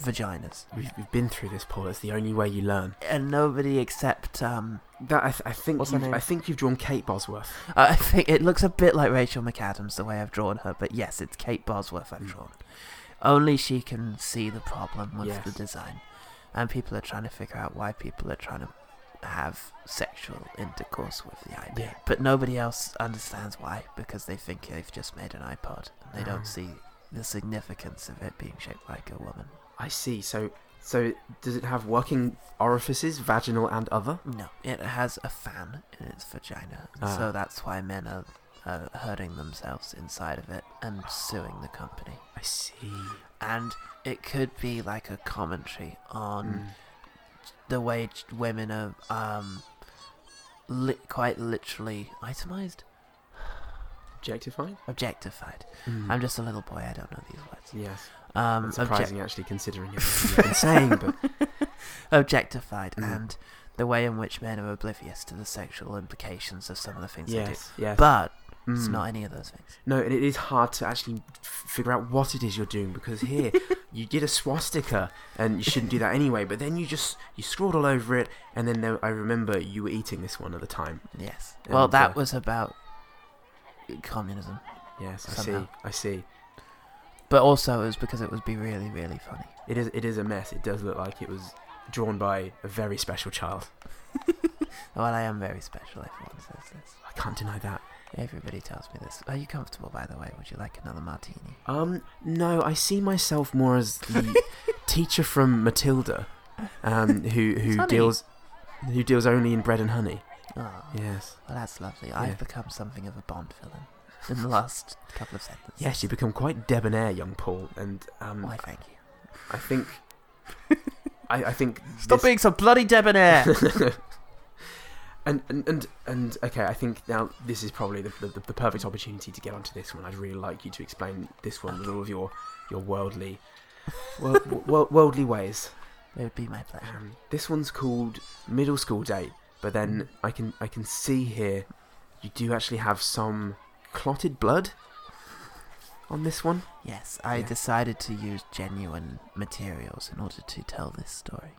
S1: vaginas.
S2: We've, we've been through this, Paul. It's the only way you learn.
S1: And nobody except um,
S2: That I, th- I think.
S1: What's her
S2: you've-
S1: name?
S2: I think you've drawn Kate Bosworth.
S1: I think it looks a bit like Rachel McAdams the way I've drawn her, but yes, it's Kate Bosworth
S2: Hmm.
S1: I've drawn. Only she can see the problem with
S2: Yes.
S1: the design, and people are trying to figure out why people are trying to have sexual intercourse with the iPod.
S2: Yeah.
S1: But nobody else understands why because they think they've just made an iPod and they
S2: Oh.
S1: don't see the significance of it being shaped like a woman.
S2: I see. So, so does it have working orifices, vaginal and other?
S1: No, it has a fan in its vagina, and
S2: Ah.
S1: so that's why men are uh, hurting themselves inside of it and suing the company.
S2: I see.
S1: and it could be like a commentary on
S2: Mm.
S1: the way ch- women are um li- quite literally itemized
S2: Objectifying.
S1: objectified i'm just a little boy i don't know these words
S2: Yes.
S1: um
S2: Mm. That's
S1: obje-
S2: surprising, actually, considering everything you've been saying. But
S1: objectified
S2: Mm.
S1: and the way in which men are oblivious to the sexual implications of some of the things they do
S2: yes, Mm. yes. Hmm.
S1: but it's not any of those things
S2: no, and it is hard to actually f- figure out what it is you're doing because here you did a swastika and you shouldn't do that anyway. But then you just you scrawled all over it, and then there, I remember you were eating this one at the time.
S1: yes
S2: And,
S1: well that
S2: uh,
S1: was about communism
S2: Yes, I
S1: Somehow.
S2: see. I see.
S1: but also it was because it would be really really funny
S2: It is. It is a mess. It does look like it was drawn by a very special child.
S1: well i am very special everyone says this
S2: I can't deny that.
S1: Everybody tells me this. Are you comfortable, by the way? Would you like another martini?
S2: Um, no, I see myself more as the teacher from Matilda, um, who who
S1: honey.
S2: deals who deals only in bread and honey.
S1: Oh,
S2: Yes.
S1: well, that's lovely.
S2: Yeah.
S1: I've become something of a Bond villain in the last couple of sentences.
S2: Yes, you become quite debonair, young Paul, and um,
S1: Why, thank you.
S2: I think I, I think
S1: Stop
S2: this-
S1: being so bloody debonair!
S2: and, and and and okay, I think now this is probably the, the, the perfect opportunity to get onto this one. I'd really like you to explain this one with all of your your worldly wor- wor- worldly ways.
S1: it would be my pleasure.
S2: Um, this one's called Middle School Date, but then I can I can see here you do actually have some clotted blood on this one.
S1: Yes, I
S2: Yeah.
S1: decided to use genuine materials in order to tell this story.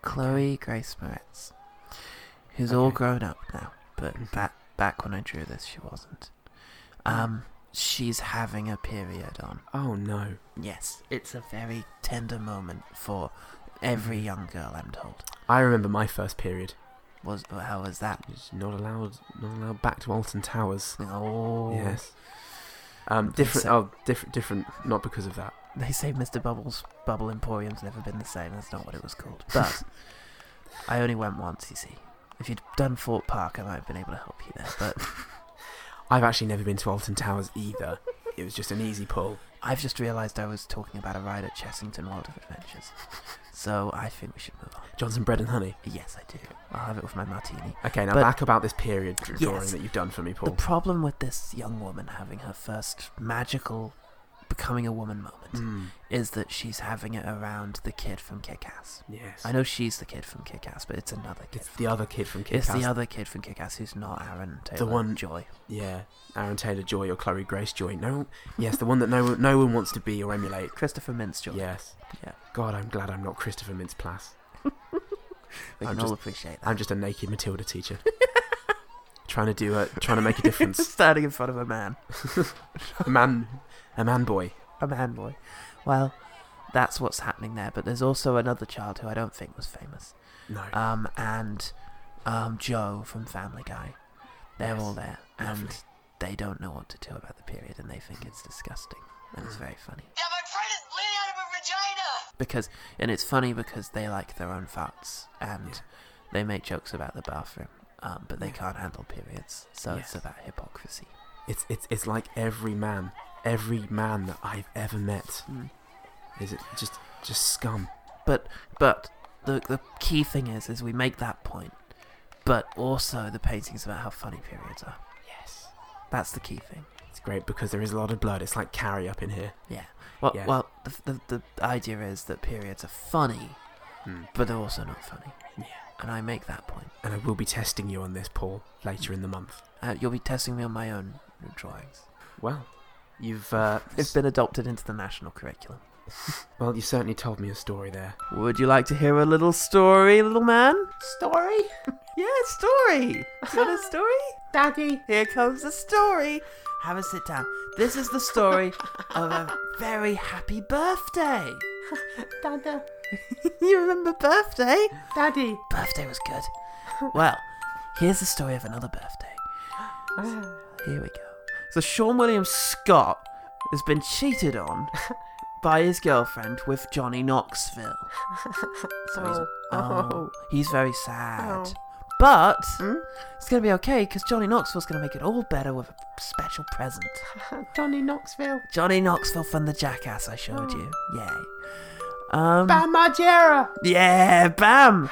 S1: Chloe Grace Moretz, who's all
S2: Okay. Mm-hmm.
S1: grown up now, but back back when I drew this, she wasn't.
S2: Mm.
S1: Um, she's having a period on.
S2: Oh no.
S1: Yes, it's a very tender moment for every
S2: Mm-hmm.
S1: young girl. I'm told.
S2: I remember my first period.
S1: Was how was that?
S2: It's not allowed not allowed back to Alton Towers.
S1: Oh,
S2: Yes. Um, different
S1: so-
S2: oh different different not because of that.
S1: They say Mr. Bubble's Bubble Emporium's never been the same. That's not what it was called. But I only went once. You see, if you'd done Fort Park, I might have been able to help you there. But
S2: I've actually never been to Alton Towers either. It was just an easy pull.
S1: I've just realised I was talking about a ride at Chessington World of Adventures. So I think we should move on.
S2: Johnson bread and honey.
S1: Yes, I do. I'll have it with my martini.
S2: Okay, now
S1: But-
S2: back about this period dr- drawing
S1: Yes.
S2: that you've done for me,
S1: The
S2: Paul.
S1: problem with this young woman having her first magical becoming a woman moment
S2: Mm.
S1: is that she's having it around the kid from Kick Ass.
S2: yes.
S1: I know she's the kid from Kick Ass, but it's another kid.
S2: It's the other kid from Kick
S1: It's the
S2: Ass.
S1: other kid from Kick Ass who's not Aaron Taylor
S2: one-
S1: Joy.
S2: Yeah, Aaron Taylor Joy or Chloe Grace Joy. No, yes, the one that no no one wants to be or emulate.
S1: Christopher Mintz Joy.
S2: Yes.
S1: Yeah.
S2: God, I'm glad I'm not Christopher Mintz-Plasse.
S1: We can
S2: I'm
S1: all
S2: just-
S1: appreciate that.
S2: I'm just a naked Matilda teacher, trying to do a, trying to make a difference.
S1: standing in front of a man.
S2: a man, a man boy.
S1: a man boy. Well, that's what's happening there. But there's also another child who I don't think was famous.
S2: No.
S1: Um, and um, Joe from Family Guy. They're
S2: Yes.
S1: all there, and
S2: Lovely.
S1: they don't know what to do about the period, and they think it's disgusting. And
S2: Mm.
S1: it's very funny
S8: Yeah, my friend is bleeding out of her vagina.
S1: because, and it's funny because they like their own farts, and they make jokes about the bathroom. Um, but they can't handle periods, so it's
S2: Yes.
S1: about hypocrisy.
S2: It's it's it's like every man, every man that I've ever met. Is it just just scum?
S1: But but the the key thing is is we make that point, but also the paintings about how funny periods are.
S2: Yes.
S1: That's the key thing.
S2: It's great because there is a lot of blood. It's like carry up in here.
S1: Yeah. Well,
S2: Yeah.
S1: well, the, the the idea is that periods are funny, but they're also not funny. Yeah. And I make that point.
S2: And I will be testing you on this, Paul, later in the month.
S1: Uh, you'll be testing me on my own drawings.
S2: Well, you've uh,
S1: It's been adopted into the national curriculum.
S2: well, you certainly told me a story there.
S1: Would you like to hear a little story, little man? Story? Yeah, story. You want a story? Daddy. Here comes the story. Have a sit down. This is the story of a very happy birthday. Dada. you remember birthday? Daddy. Birthday was good. Well, here's the story of another birthday. Here we go. So Sean William Scott has been cheated on by his girlfriend with Johnny Knoxville. So he's, oh, he's very sad. But it's going to be okay because Johnny Knoxville's going to make it all better with a special present.
S2: Oh, Johnny Knoxville.
S1: Johnny Knoxville from the Jackass I showed you. Yay. Um,
S2: Margera.
S1: Yeah, bam!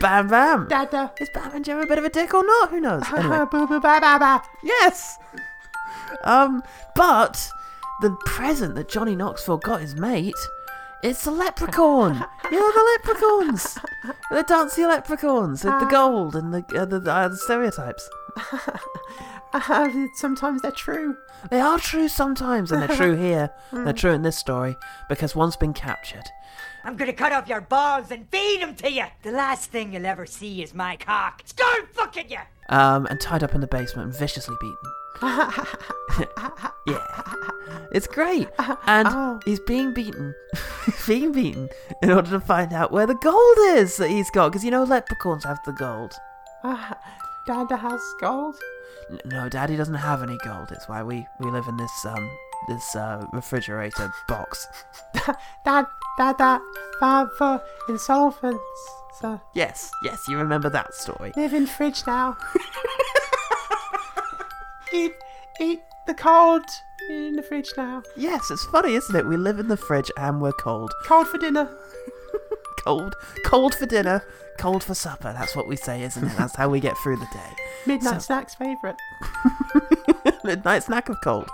S1: bam, bam! Dada. Is Batman Joe a bit of a dick or not? Who knows? Anyway.
S2: Boo boo ba ba ba.
S1: Yes. Um, but the present that Johnny Knoxville got his mate, it's a leprechaun. you know the leprechauns, the dancing leprechauns, the, the gold and the uh, the, uh, the stereotypes.
S2: sometimes they're true.
S1: They are true sometimes, and they're true here. They're true in this story because one's been captured.
S9: I'm gonna cut off your balls and feed them to you. The last thing you'll ever see is my cock. It's gone fucking you.
S1: um, and tied up in the basement and viciously beaten. yeah, it's great. And he's being beaten, being beaten in order to find out where the gold is that he's got. Because you know leprechauns have the gold.
S2: Dada has gold.
S1: N- No, Daddy doesn't have any gold. It's why we we live in this um this uh, refrigerator box.
S2: Dad, dad, dad, father, insolvents. So
S1: Yes, yes, you remember that story.
S2: live in fridge now. eat, eat the cold in the fridge now.
S1: Yes, it's funny, isn't it? We live in the fridge and we're cold.
S2: Cold for dinner.
S1: cold, cold for dinner, cold for supper. That's what we say, isn't it? That's how we get through the day.
S2: Midnight
S1: So-
S2: snacks favourite.
S1: Midnight snack of cold.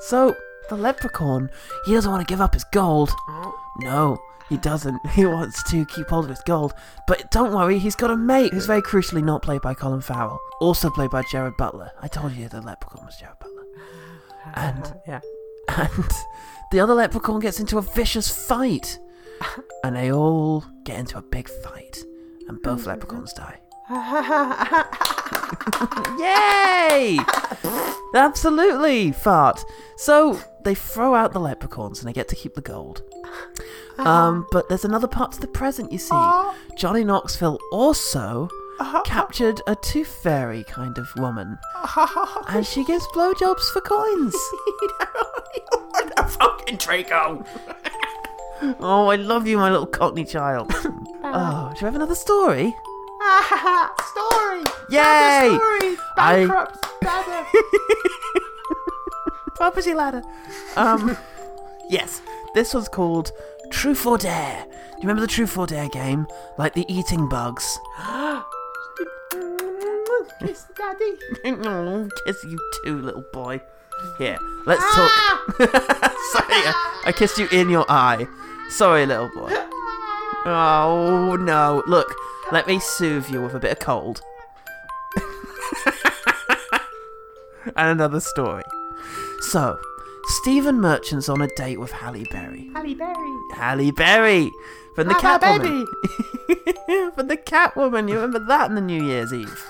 S1: So the leprechaun, he doesn't want to give up his gold. No, he doesn't. He wants to keep hold of his gold. But don't worry, he's got a mate who's very crucially not played by Colin Farrell, also played by Jared Butler. I told you the leprechaun was Jared Butler. And
S2: Yeah.
S1: and the other leprechaun gets into a vicious fight. And they all get into a big fight. And both leprechauns die. Yay! Absolutely, fart. So they throw out the leprechauns and they get to keep the gold. Um, but there's another part to the present, you see. Johnny Knoxville also captured a tooth fairy kind of woman. And she gives blowjobs for coins.
S2: what a fucking Draco!
S1: Oh, I love you, my little cockney child. oh, do you have another story?
S2: Ah, story.
S1: Yay!
S2: Story.
S1: I-
S2: Bankrupt. Dada.
S1: Property ladder. Um, yes, this was called Truth or Dare. Do you remember the Truth or Dare game? Like the eating bugs.
S2: Kiss daddy.
S1: oh, kiss you too, little boy. Here, let's talk. Sorry, I, I kissed you in your eye. Sorry, little boy. Oh no! Look, let me soothe you with a bit of cold. and another story. So, Stephen Merchant's on a date with Halle Berry. Halle Berry. Halle Berry from the Catwoman. from the Catwoman. You remember that in the New Year's Eve?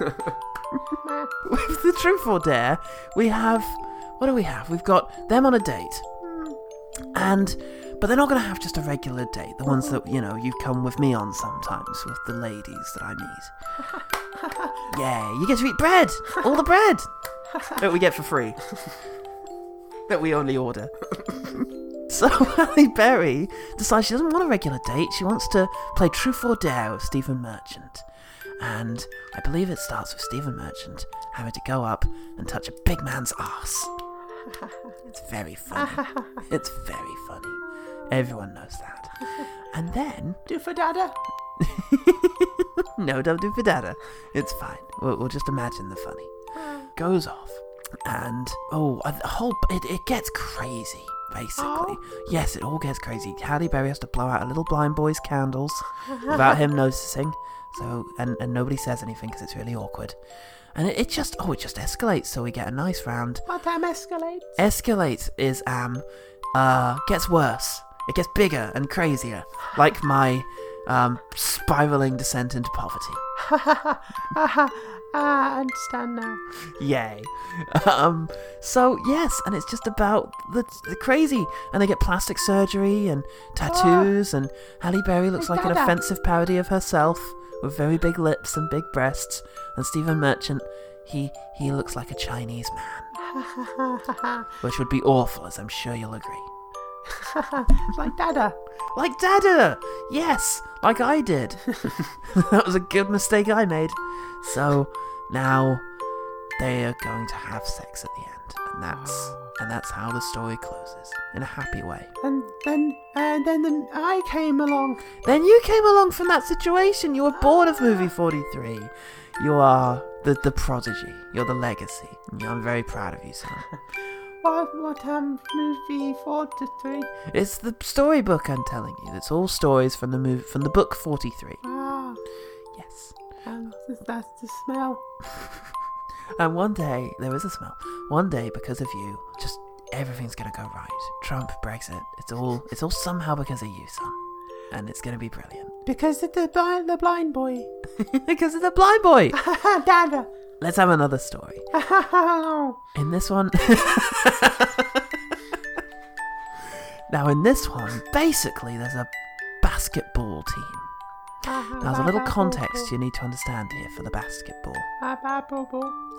S1: with the truth or dare, we have what do we have? We've got them on a date, and but they're not going to have just a regular date. The ones that you know you come with me on sometimes with the ladies that I meet. yeah, you get to eat bread, all the bread that we get for free, that we only order. So Halle Berry decides she doesn't want a regular date. She wants to play Truth or Dare with Stephen Merchant. And I believe it starts with Stephen Merchant having to go up and touch a big man's ass. It's very funny. It's very funny. Everyone knows that. And then
S2: Do for dada.
S1: no, don't do Fidada. It's fine. We'll, we'll just imagine the funny. Goes off, and oh, uh, the whole it, it gets crazy. Basically, yes, it all gets crazy. Halle Berry has to blow out a little blind boy's candles without him noticing. So, and, and nobody says anything because it's really awkward. And it, it just oh, it just escalates. So we get a nice round
S2: My time escalates.
S1: escalates is um uh gets worse. It gets bigger and crazier, like my um spiraling descent into poverty.
S2: I understand now.
S1: Yay. Um so yes, and it's just about the, the crazy and they get plastic surgery and tattoos and Halle Berry looks like an
S2: Dada.
S1: offensive parody of herself with very big lips and big breasts and Stephen Merchant he he looks like a Chinese man. Which would be awful as I'm sure you'll agree.
S2: Like dada.
S1: Like Dada! Yes, like I did. that was a good mistake I made. So now they are going to have sex at the end. And that's and that's how the story closes. In a happy way.
S2: And then and then the, I came along.
S1: Then you came along from that situation. You were bored of movie forty three. You are the, the prodigy. You're the legacy. I'm very proud of you, son.
S2: What what um movie four to three?
S1: It's the storybook I'm telling you. It's all stories from the move from the book forty three.
S2: Ah,
S1: Yes.
S2: and that's the smell.
S1: And one day, there is a smell. One day, because of you, just everything's gonna go right. Trump, Brexit, it's all it's all somehow because of you, son. And it's gonna be brilliant.
S2: Because of the blind the blind boy.
S1: because of the blind boy!
S2: dada.
S1: Let's have another story. In this one. now, in this one, basically, there's a basketball team. Now, there's a little context you need to understand here for the basketball.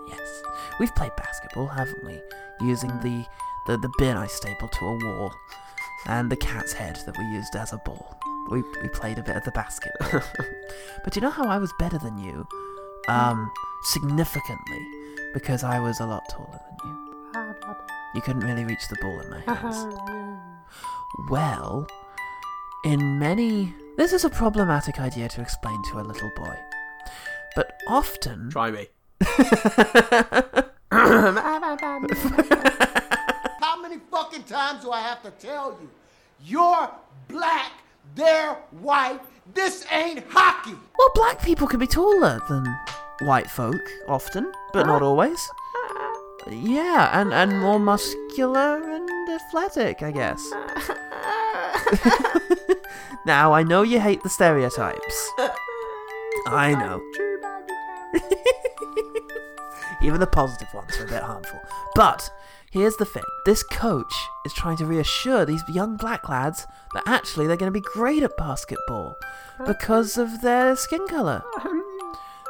S1: Yes, we've played basketball, haven't we? Using the, the, the bin I stapled to a wall and the cat's head that we used as a ball. We, we played a bit of the basketball. but you know how I was better than you? Um, significantly, because I was a lot taller than you. You couldn't really reach the ball in my hands. Well, in many. This is a problematic idea to explain to a little boy. But often.
S2: Try me.
S10: How many fucking times do I have to tell you? You're black, they're white. This ain't hockey.
S1: Well, black people can be taller than white folk often, but not always. Yeah, and, and more muscular and athletic, I guess. now, I know you hate the stereotypes. I know. Even the positive ones are a bit harmful. But here's the thing this coach is trying to reassure these young black lads that actually they're going to be great at basketball because of their skin colour.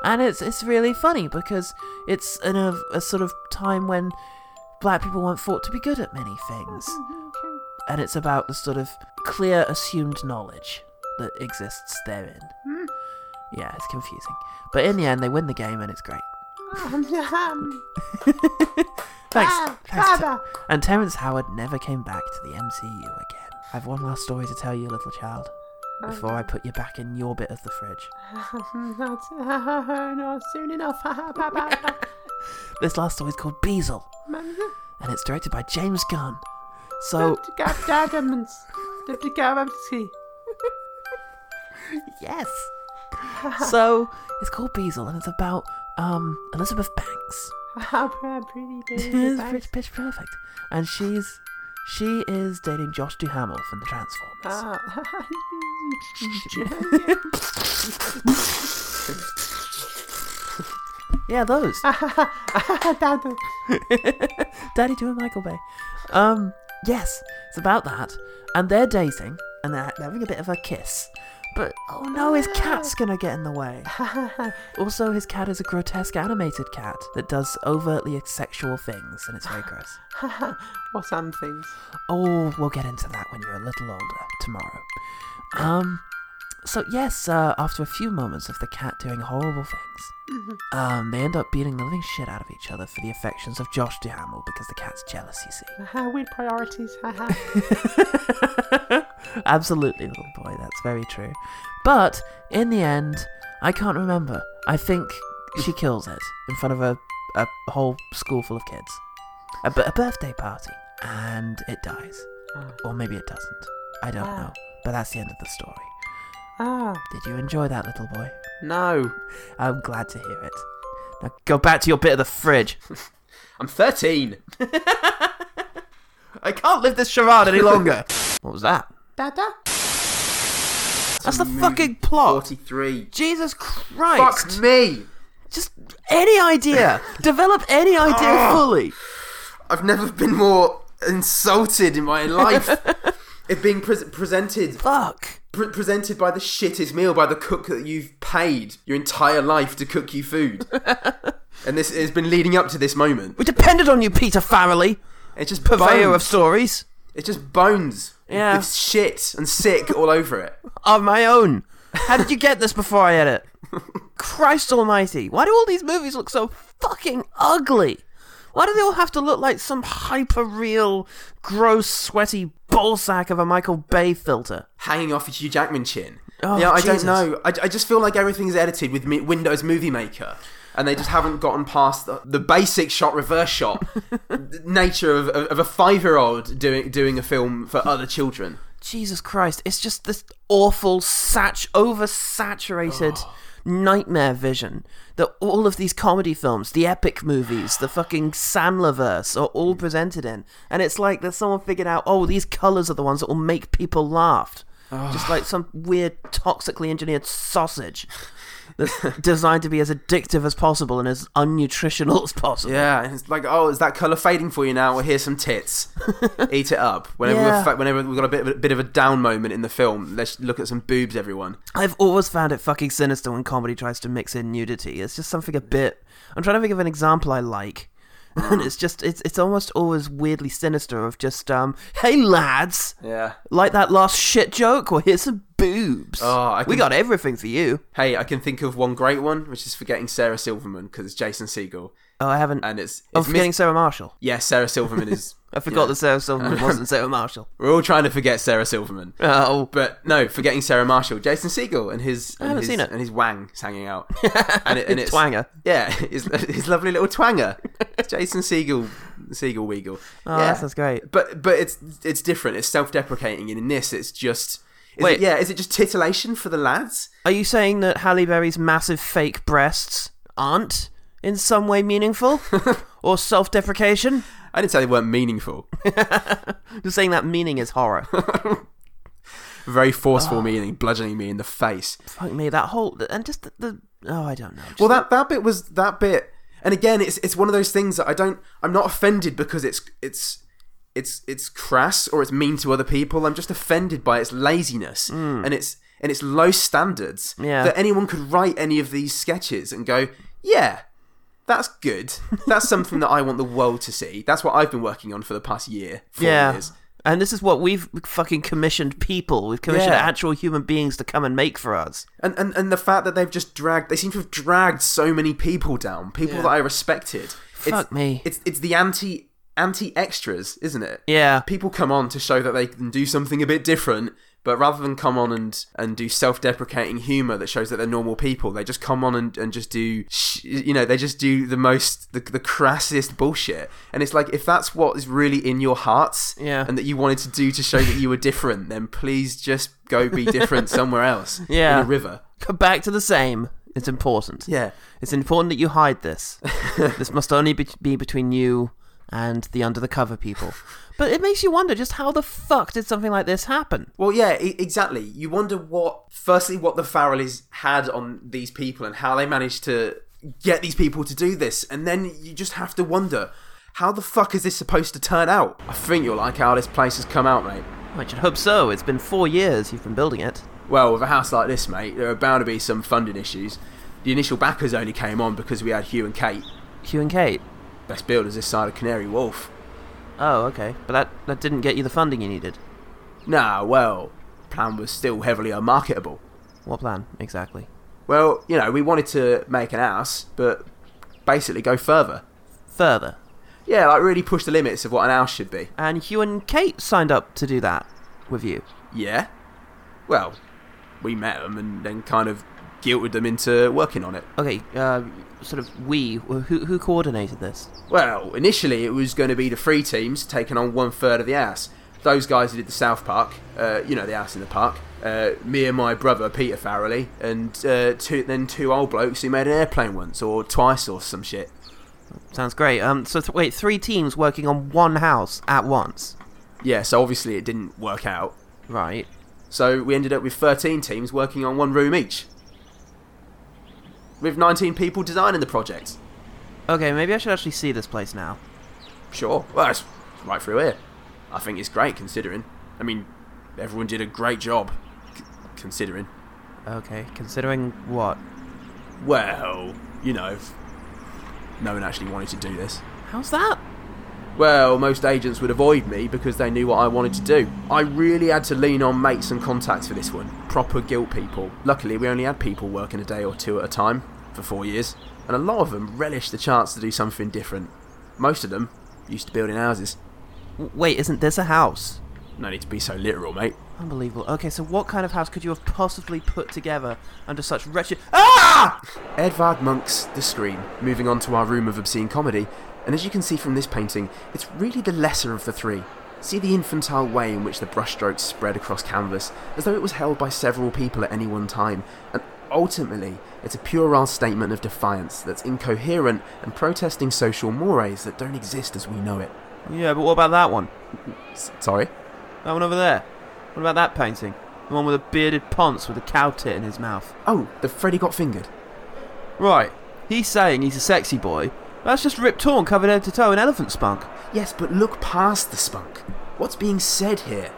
S1: And it's, it's really funny because it's in a, a sort of time when black people weren't thought to be good at many things. And it's about the sort of clear assumed knowledge that exists therein. Yeah, it's confusing. But
S2: Um,
S11: Ah,
S1: in the end, they win the game and it's great. Thanks. Thanks,
S10: father.
S1: And Terrence Howard never came back to the MCU again. I've one last story to tell you, little child, before I put you back in your bit of the fridge.
S10: Not, not soon enough.
S1: This last story is called Beazle, and it's directed by James Gunn. So, yes. So, it's called Beazle, and it's about um, Elizabeth Banks. It's pitch, pitch perfect. And she's she is dating Josh Duhamel from the Transformers.
S11: Ah.
S1: Yeah, those. Daddy doing Michael Bay. Um, yes, it's about that. And they're dating, and they're they're having a bit of a kiss. But oh no, his cat's gonna get in the way. also, his cat is a grotesque animated cat that does overtly sexual things, and it's very gross.
S11: Or some things.
S1: Oh, we'll get into that when you're a little older tomorrow. Um, so yes, uh, after a few moments of the cat doing horrible things, um, they end up beating the living shit out of each other for the affections of Josh Duhamel because the cat's jealous, you see.
S11: weird priorities.
S1: Absolutely, little boy, that's very true. But in the end, I can't remember. I think she kills it in front of a, a whole school full of kids, a, b- a birthday party, and it dies. Or maybe it doesn't. I don't know. But that's the end of the story.
S11: ah.
S1: Did you enjoy that, little boy?
S2: No.
S1: I'm glad to hear it. Now go back to your bit of the fridge.
S2: I'm 13.
S1: I can't live this charade any longer. what was that? That's the fucking plot.
S2: 43.
S1: Jesus
S2: Fuck
S1: Christ!
S2: me.
S1: Just any idea. Develop any
S2: Ah.
S1: idea fully.
S2: I've never been more insulted in my life. It being pres presented
S1: Fuck.
S2: pre- presented by the shittest meal by the cook that you've paid your entire life to cook you food. and this has been leading up to this moment.
S1: We depended on you, Peter Farrelly,
S2: It's just
S1: purveyor of
S2: bones.
S1: stories.
S2: It's just bones.
S1: Yeah.
S2: With shit and sick all over it.
S1: Of my own. How did you get this before I had it? Christ almighty. Why do all these movies look so fucking ugly? Why do they all have to look like some hyper real, gross, sweaty ballsack of a Michael Bay filter?
S2: Hanging off a Hugh Jackman chin.
S1: Oh,
S2: yeah, I
S1: Jesus.
S2: don't know. I, I just feel like everything's edited with Mi- Windows Movie Maker. And they just haven't gotten past the, the basic shot, reverse shot nature of, of, of a five year old doing, doing a film for other children.
S1: Jesus Christ, it's just this awful, sat- oversaturated nightmare vision that all of these comedy films, the epic movies, the fucking Sandlerverse are all presented in. And it's like that someone figured out, oh, these colours are the ones that will make people laugh. Just like some weird, toxically engineered sausage that's designed to be as addictive as possible and as unnutritional as possible.
S2: Yeah, and it's like, oh, is that color fading for you now? Well, here's some tits. Eat it up. Whenever
S1: Yeah.
S2: we've fa- whenever we've got a bit of a bit of a down moment in the film, let's look at some boobs, everyone.
S1: I've always found it fucking sinister when comedy tries to mix in nudity. It's just something a bit. I'm trying to think of an example I like, and it's just it's it's almost always weirdly sinister. Of just um, hey lads,
S2: Yeah.
S1: like that last shit joke. Well, here's some boobs.
S2: Oh, I
S1: we
S2: can-
S1: got everything for you.
S2: Hey, I can think of one great one, which is forgetting Sarah Silverman because it's Jason Segel,
S1: Oh, I haven't.
S2: and it's,
S1: I'm
S2: it's
S1: forgetting
S2: Miss-
S1: Sarah Marshall.
S2: yeah, Sarah Silverman is.
S1: I forgot
S2: yeah.
S1: that Sarah Silverman wasn't Sarah Marshall.
S2: We're all trying to forget Sarah Silverman.
S1: Oh,
S2: But no, forgetting Sarah Marshall, Jason Segel and his and
S1: haven't
S2: his,
S1: seen it.
S2: and his wang is hanging out, and, it, and
S1: His
S2: it's
S1: twanger.
S2: Yeah, his, his lovely little twanger, It's Jason Segel, Segel Weagle.
S1: Oh,
S2: yeah.
S1: that sounds great.
S2: But but it's it's different. It's self-deprecating, and in this, it's just is
S1: Wait.
S2: It, yeah, is it just titillation for the lads?
S1: are you saying that Halle Berry's massive fake breasts aren't in some way meaningful or self-deprecation?
S2: I didn't say they weren't meaningful.
S1: You're saying that meaning is horror.
S2: Very forceful
S1: Ah.
S2: meaning, bludgeoning me in the face.
S1: Fuck me, that whole and just the, the oh, I don't know. Just
S2: Well, that that bit was that bit, and again, it's it's one of those things that I don't. I'm not offended because it's it's it's it's crass or it's mean to other people. I'm just offended by its laziness and its and its low standards.
S1: Hmm. Yeah.
S2: That anyone could write any of these sketches and go, yeah. That's good. That's something that I want the world to see. That's what I've been working on for the past year. Four
S1: yeah.
S2: Years.
S1: And this is what we've fucking commissioned people. We've commissioned
S2: Yeah.
S1: actual human beings to come and make for us.
S2: And, and and the fact that they've just dragged they seem to have dragged so many people down people that i respected
S1: Fuck me.
S2: it's it's the anti anti extras, isn't it?
S1: Yeah.
S2: People come on to show that they can do something a bit different, but rather than come on and, and do self deprecating humor that shows that they're normal people, they just come on and, and just do, sh- you know, they just do the most, the, the crassest bullshit. And it's like, if that's what is really in your hearts
S1: Yeah.
S2: and that you wanted to do to show that you were different, then please just go be different somewhere else.
S1: Yeah.
S2: In a river.
S1: Come back to the same. It's important.
S2: Yeah.
S1: It's important that you hide this. this must only be, be between you and the under the cover people. But it makes you wonder just how the fuck did something like this happen?
S2: Well, yeah, e- exactly. You wonder what, firstly, what the Farrellys had on these people and how they managed to get these people to do this, and then you just have to wonder how the fuck is this supposed to turn out? I think you'll like how this place has come out, mate.
S1: I should hope so. It's been four years you've been building it.
S2: Well, with a house like this, mate, there are bound to be some funding issues. The initial backers only came on because we had Hugh and Kate,
S1: Hugh and Kate.
S2: best builders this side of Canary Wharf.
S1: Oh, okay. But that, that didn't get you the funding you needed.
S2: Nah, well, plan was still heavily unmarketable.
S1: What plan, exactly?
S2: Well, you know, we wanted to make an house, but basically go further.
S1: Further.
S2: Yeah, like really push the limits of what an house should be.
S1: And Hugh and Kate signed up to do that with you.
S2: Yeah. Well, we met them and then kind of guilted them into working on it.
S1: Okay, uh, sort of we. Who, who coordinated this?
S2: Well, initially it was going to be the three teams taking on one third of the house. Those guys who did the South Park, uh, you know, the house in the park. Uh, me and my brother Peter Farrelly, and uh, two, then two old blokes who made an airplane once or twice or some shit.
S1: Sounds great. Um, so th- wait, three teams working on one house at once,
S2: Yeah, so obviously it didn't work out.
S1: right?
S2: So we ended up with 13 teams working on one room each. With 19 people designing the project.
S1: Okay, maybe I should actually see this place now.
S2: Sure, well, it's it's right through here. I think it's great considering. I mean, everyone did a great job c- considering.
S1: Okay, considering what?
S2: Well, you know, if no one actually wanted to do this.
S1: How's that?
S2: Well, most agents would avoid me because they knew what I wanted to do. I really had to lean on mates and contacts for this one. Proper guilt people. Luckily, we only had people working a day or two at a time for four years, and a lot of them relished the chance to do something different. Most of them used to building houses.
S1: W- wait, isn't this a house?
S2: No need to be so literal, mate.
S1: Unbelievable. Okay, so what kind of house could you have possibly put together under such wretched? Ah!
S2: Edvard Munch's The Scream. Moving on to our room of obscene comedy, and as you can see from this painting, it's really the lesser of the three. See the infantile way in which the brushstrokes spread across canvas, as though it was held by several people at any one time, and ultimately, it's a puerile statement of defiance that's incoherent and protesting social mores that don't exist as we know it.
S1: Yeah, but what about that one?
S2: S- sorry?
S1: That one over there. What about that painting? The one with a bearded ponce with a cow tit in his mouth.
S2: Oh, the Freddy got fingered.
S1: Right. He's saying he's a sexy boy. That's just ripped torn, covered head to toe in elephant spunk.
S2: Yes, but look past the spunk. What's being said here?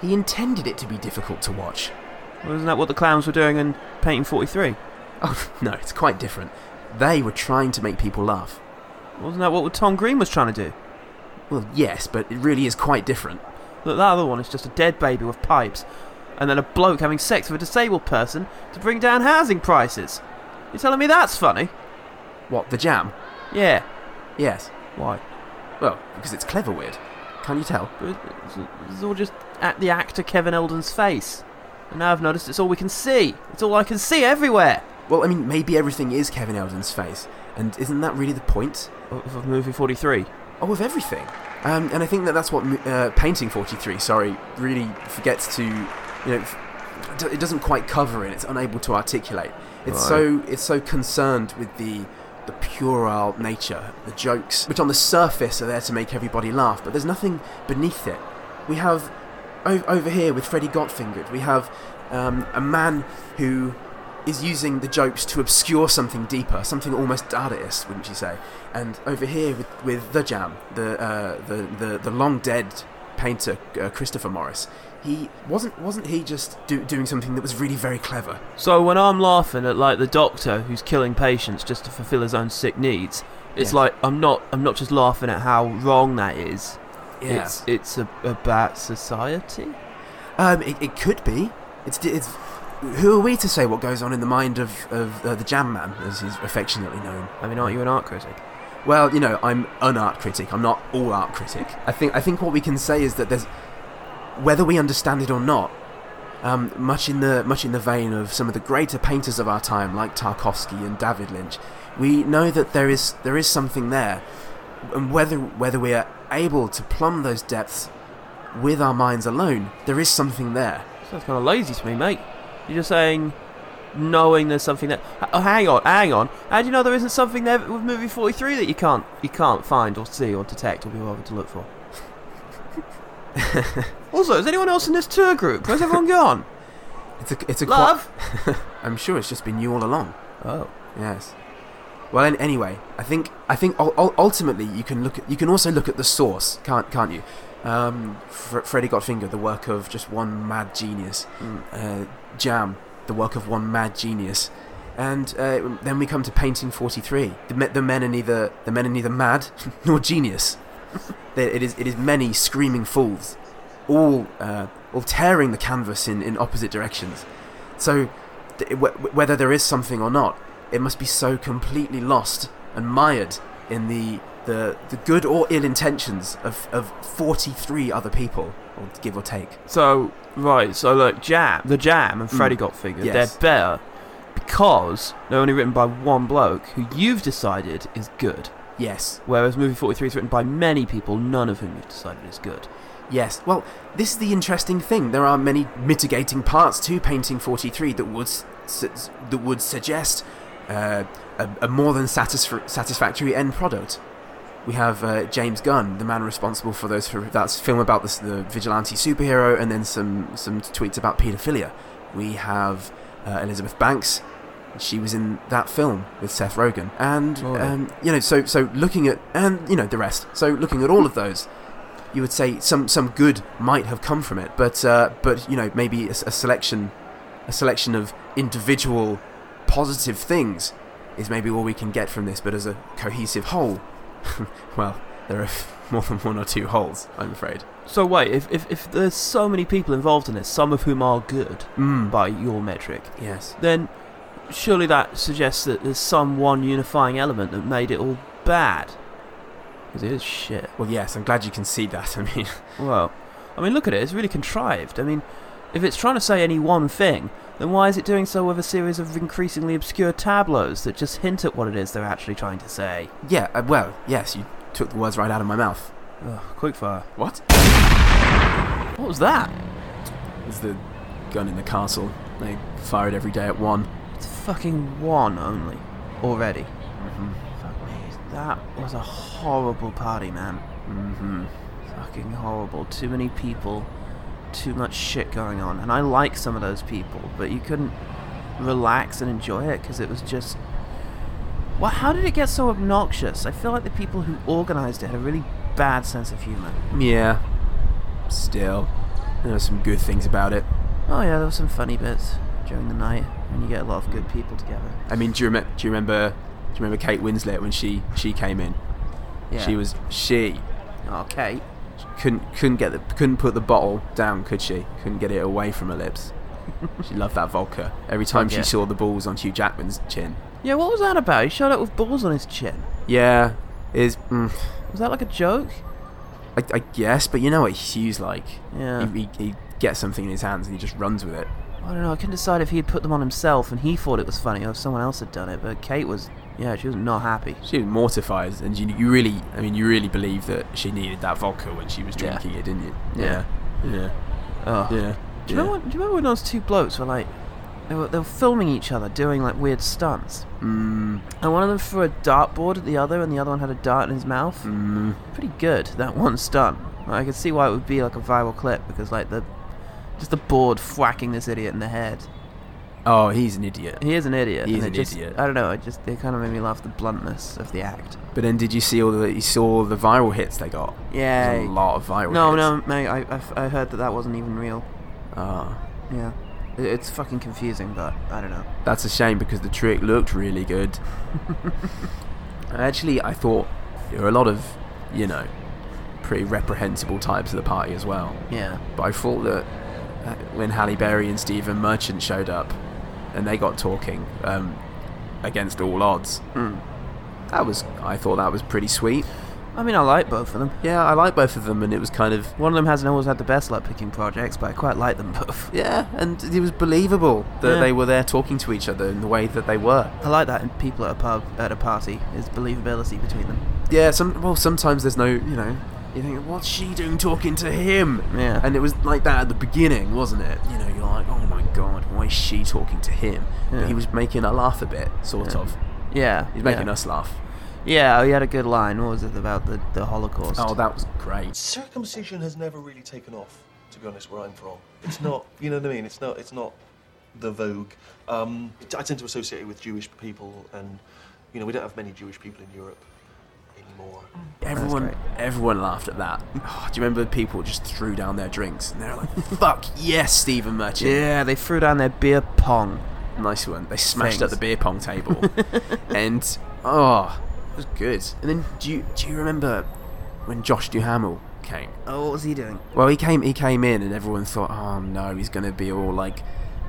S2: He intended it to be difficult to watch.
S1: Wasn't that what the clowns were doing in painting 43?
S2: Oh, no, it's quite different. They were trying to make people laugh.
S1: Wasn't that what Tom Green was trying to do?
S2: Well, yes, but it really is quite different.
S1: Look, that other one is just a dead baby with pipes, and then a bloke having sex with a disabled person to bring down housing prices. You're telling me that's funny?
S2: What, the jam?
S1: Yeah.
S2: Yes.
S1: Why?
S2: Well, because it's clever weird. Can't you tell?
S1: But It's it's all just at the actor Kevin Eldon's face. And now I've noticed it's all we can see. It's all I can see everywhere.
S2: Well, I mean, maybe everything is Kevin Eldon's face, and isn't that really the point?
S1: Of of movie 43.
S2: Oh, of everything. Um, and I think that that's what m- uh, Painting 43, sorry, really forgets to, you know, f- d- it doesn't quite cover it. It's unable to articulate. It's so it's so concerned with the the puerile nature, the jokes, which on the surface are there to make everybody laugh, but there's nothing beneath it. We have o- over here with Freddy Gotfingered, we have um, a man who is using the jokes to obscure something deeper, something almost Dadaist, wouldn't you say? And over here with, with the Jam, the, uh, the the the long dead painter uh, Christopher Morris, he wasn't wasn't he just do, doing something that was really very clever?
S1: So when I'm laughing at like the doctor who's killing patients just to fulfill his own sick needs, it's
S2: Yeah.
S1: like I'm not I'm not just laughing at how wrong that is. It's it's a, about society.
S2: um, it, it could be. It's it's. Who are we to say what goes on in the mind of, of uh, the Jam Man, as he's affectionately known?
S1: I mean, aren't you an art critic?
S2: well, you know, I'm an art critic. I'm not all art critic. I think I think what we can say is that there's whether we understand it or not, um, much in the much in the vein of some of the greater painters of our time, like Tarkovsky and David Lynch, we know that there is there is something there, and whether whether we are able to plumb those depths with our minds alone, there is something there.
S1: Sounds kind of lazy to me, mate. You're just saying, knowing there's something there. H- Oh, hang on, hang on. How do you know there isn't something there with movie 43 that you can't you can't find or see or detect or be bothered to look for? also, is anyone else in this tour group? Where's everyone gone?
S2: It's a it's a qua-
S1: Love.
S2: I'm sure it's just been you all along.
S1: Oh,
S2: Yes. Well, an anyway, I think I think ul- ul- ultimately you can look at, you can also look at the source, can't can't you? Um, Fr- Freddy Gottfinger, the work of just one mad genius. Uh, Jam, the work of one mad genius. And uh, then we come to painting 43. The, me- the men are neither the men are neither mad nor genius. There- it is it is many screaming fools, all uh, all tearing the canvas in, in opposite directions. So, th- w- whether there is something or not, it must be so completely lost and mired in the the, the good or ill intentions of, of 43 other people, or give or take.
S1: so right. So look, Jam, the Jam, and Freddy got figured.
S2: Yes.
S1: They're better because they're only written by one bloke who you've decided is good.
S2: Yes,
S1: Whereas movie 43 is written by many people, none of whom you've decided is good.
S2: yes. Well, this is the interesting thing. There are many mitigating parts to painting 43 that would s- s- that would suggest uh, a, a more than satisf- satisfactory end product. We have uh, James Gunn, the man responsible for those for that film about the, the vigilante superhero, and then some some tweets about paedophilia. We have uh, Elizabeth Banks. She was in that film with Seth Rogen, and
S1: Oh.
S2: um, you know, so so looking at and you know the rest. So looking at all of those, you would say some some good might have come from it, but uh, but you know maybe a, s- a selection, a selection of individual positive things is maybe all we can get from this. But as a cohesive whole, well, there are more than one or two holes, I'm afraid.
S1: So wait, if, if, if there's so many people involved in this, some of whom are good
S2: Mm,
S1: by your metric,
S2: yes.
S1: then surely that suggests that there's some one unifying element that made it all bad. Because it is shit.
S2: Well, yes. I'm glad you can see that. I mean,
S1: Well, I mean, look at it. It's really contrived. I mean, if it's trying to say any one thing, then why is it doing so with a series of increasingly obscure tableaus that just hint at what it is they're actually trying to say?
S2: yeah. Uh, well, yes. You took the words right out of my mouth.
S1: Ugh, quickfire.
S2: What?
S1: What was that?
S2: It's the gun in the castle. They fire it every day at one.
S1: It's fucking one only already.
S2: Mm-hmm.
S1: Fuck me. That was a horrible party, man.
S2: Mm-hmm.
S1: Fucking horrible. Too many people, too much shit going on. And I like some of those people, but you couldn't relax and enjoy it because it was just. Well, how did it get so obnoxious? I feel like the people who organised it had a really bad sense of humour.
S2: Yeah. Still, there are some good things about it.
S1: Oh, yeah, there were some funny bits during the night when you get a lot of good people together.
S2: I mean, do you, rem- do you remember? Do you remember Kate Winslet when she she came in?
S1: Yeah.
S2: She was she
S1: Okay.
S2: couldn't couldn't get the, couldn't put the bottle down, could she? Couldn't get it away from her lips. she loved that vodka. Every time
S1: Yeah.
S2: she saw the balls on Hugh Jackman's chin.
S1: Yeah, what was that about? He showed up with balls on his chin.
S2: Yeah, is mm,
S1: Was that like a joke?
S2: I, I guess, but you know what Hugh's like.
S1: Yeah.
S2: He, he, he gets something in his hands and he just runs with it.
S1: I don't know. I couldn't decide if he had put them on himself and he thought it was funny or if someone else had done it. But Kate was, yeah, she was not happy.
S2: She was mortified, and you, you really, I mean, you really believe that she needed that vodka when she was
S1: Yeah.
S2: drinking it, didn't you?
S1: Yeah.
S2: yeah,
S1: Ugh.
S2: yeah.
S1: Do you, remember when, do you remember when those two blokes were like, they were, they were filming each other doing like weird stunts,
S2: Mm,
S1: and one of them threw a dartboard at the other, and the other one had a dart in his mouth.
S2: mm,
S1: Pretty good that one stunt. Like, I could see why it would be like a viral clip because like the, just the board whacking this idiot in the head.
S2: oh, he's an idiot.
S1: He is an idiot.
S2: He
S1: and
S2: is
S1: it
S2: an
S1: just,
S2: idiot.
S1: I don't know. It just it kind of made me laugh the bluntness of the act.
S2: But then, did you see all the? You saw all the viral hits they got.
S1: Yeah.
S2: There's a lot of viral.
S1: No,
S2: hits.
S1: no, mate. I, I, I heard that that wasn't even real.
S2: Ah.
S1: Yeah, It- it's fucking confusing, but I don't know.
S2: That's a shame because the trick looked really good. Actually, I thought there were a lot of, you know, pretty reprehensible types of the party as well.
S1: Yeah,
S2: But I thought that uh, when Halle Berry and Stephen Merchant
S1: Hmm.
S2: showed up and they got talking um, against all odds, That was, I thought that was pretty sweet.
S1: I mean, I like both of them. Yeah, I like both of them, and it was kind of one of them hasn't always had the best luck picking projects, but I quite like them both.
S2: Yeah, and it was believable that
S1: Yeah.
S2: they were there talking to each other in the way that they were.
S1: I like that in people at a pub at a party is believability between them.
S2: Yeah, some well, sometimes there's no, you know, you think, what's she doing talking to him?
S1: Yeah.
S2: and it was like that at the beginning, wasn't it? You know, you're like, oh my god, why is she talking to him?
S1: Yeah.
S2: But he was making her laugh a bit, sort
S1: Yeah.
S2: of.
S1: Yeah,
S2: He's making
S1: yeah.
S2: us laugh.
S1: Yeah, he had a good line. What was it about the the Holocaust?
S2: Oh, that was great.
S6: Circumcision has never really taken off, to be honest, where I'm from. It's not, you know what I mean? It's not, it's not the vogue. Um, I tend to associate it with Jewish people, and, you know, we don't have many Jewish people in Europe anymore.
S2: Everyone, everyone laughed at that. Oh, do you remember people just threw down their drinks and they're like, "Fuck yes, Stephen Merchant."
S1: yeah, they threw down their beer pong.
S2: Nice one. They smashed
S1: Things.
S2: up the beer pong table, and oh, it was good. And then do you do you remember when Josh Duhamel came?
S1: Oh, what was he doing?
S2: Well, he came he came in, and everyone thought, oh no, he's gonna be all like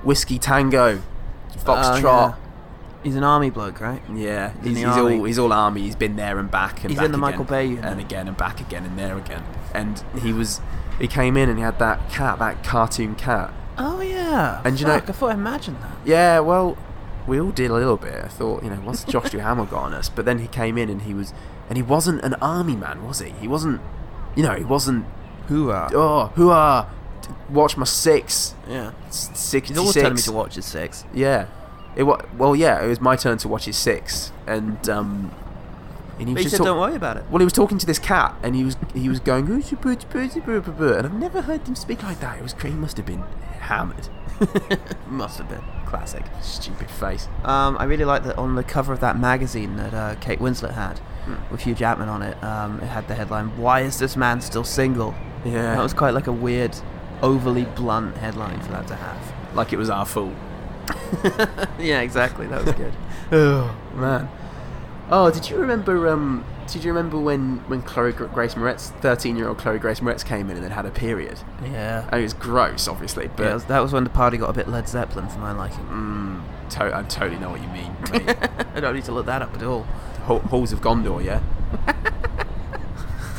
S2: whiskey tango, foxtrot.
S1: yeah. He's an army bloke, right?
S2: yeah,
S1: He's in the
S2: he's, he's all
S1: army.
S2: he's all army. He's been there and back and
S1: He's
S2: back
S1: in the Michael
S2: again,
S1: Bay unit.
S2: and again and back again and there again. And he was he came in and he had that cat, that cartoon cat.
S1: Oh yeah.
S2: And you know-
S1: Fuck, I thought I imagined that.
S2: Yeah, well, we all did a little bit. I thought, you know, what's Josh Duhamel got on us? But then he came in and he was, and he wasn't an army man, was he? He wasn't, you know, he wasn't.
S1: Who uh, are?
S2: Oh, who are? Watch my six.
S1: Yeah.
S2: Six.
S1: He's always telling me to watch his six.
S2: Yeah. It wa- well, yeah, it was my turn to watch his six, and um, and he
S1: But
S2: was
S1: he
S2: just
S1: said,
S2: talk-
S1: "Don't worry about it."
S2: Well, he was talking to this cat, and he was he was going, "Ooh, choo, boo, choo, boo, choo, boo, boo, boo," and I've never heard him speak like that. It was he must have been hammered.
S1: Must have been classic.
S2: Stupid face.
S1: Um, I really like that on the cover of that magazine that uh, Kate Winslet had with Hugh Jackman on it. Um, it had the headline, "Why is this man still single?"
S2: Yeah.
S1: that was quite like a weird, overly blunt headline for that to have.
S2: Like it was our fault.
S1: Yeah, exactly. That was good.
S2: Oh man. Oh, did you remember? Um, did you remember when when Chloe Gr- Grace Moretz, thirteen-year-old Chloe Grace Moretz, came in and then had a period?
S1: yeah.
S2: And it was gross, obviously, but
S1: Yeah, that was- that was when the party got a bit Led Zeppelin for my liking.
S2: to- I totally know what you mean. Mate.
S1: I don't need to look that up at all.
S2: Hall- Halls of Gondor, yeah.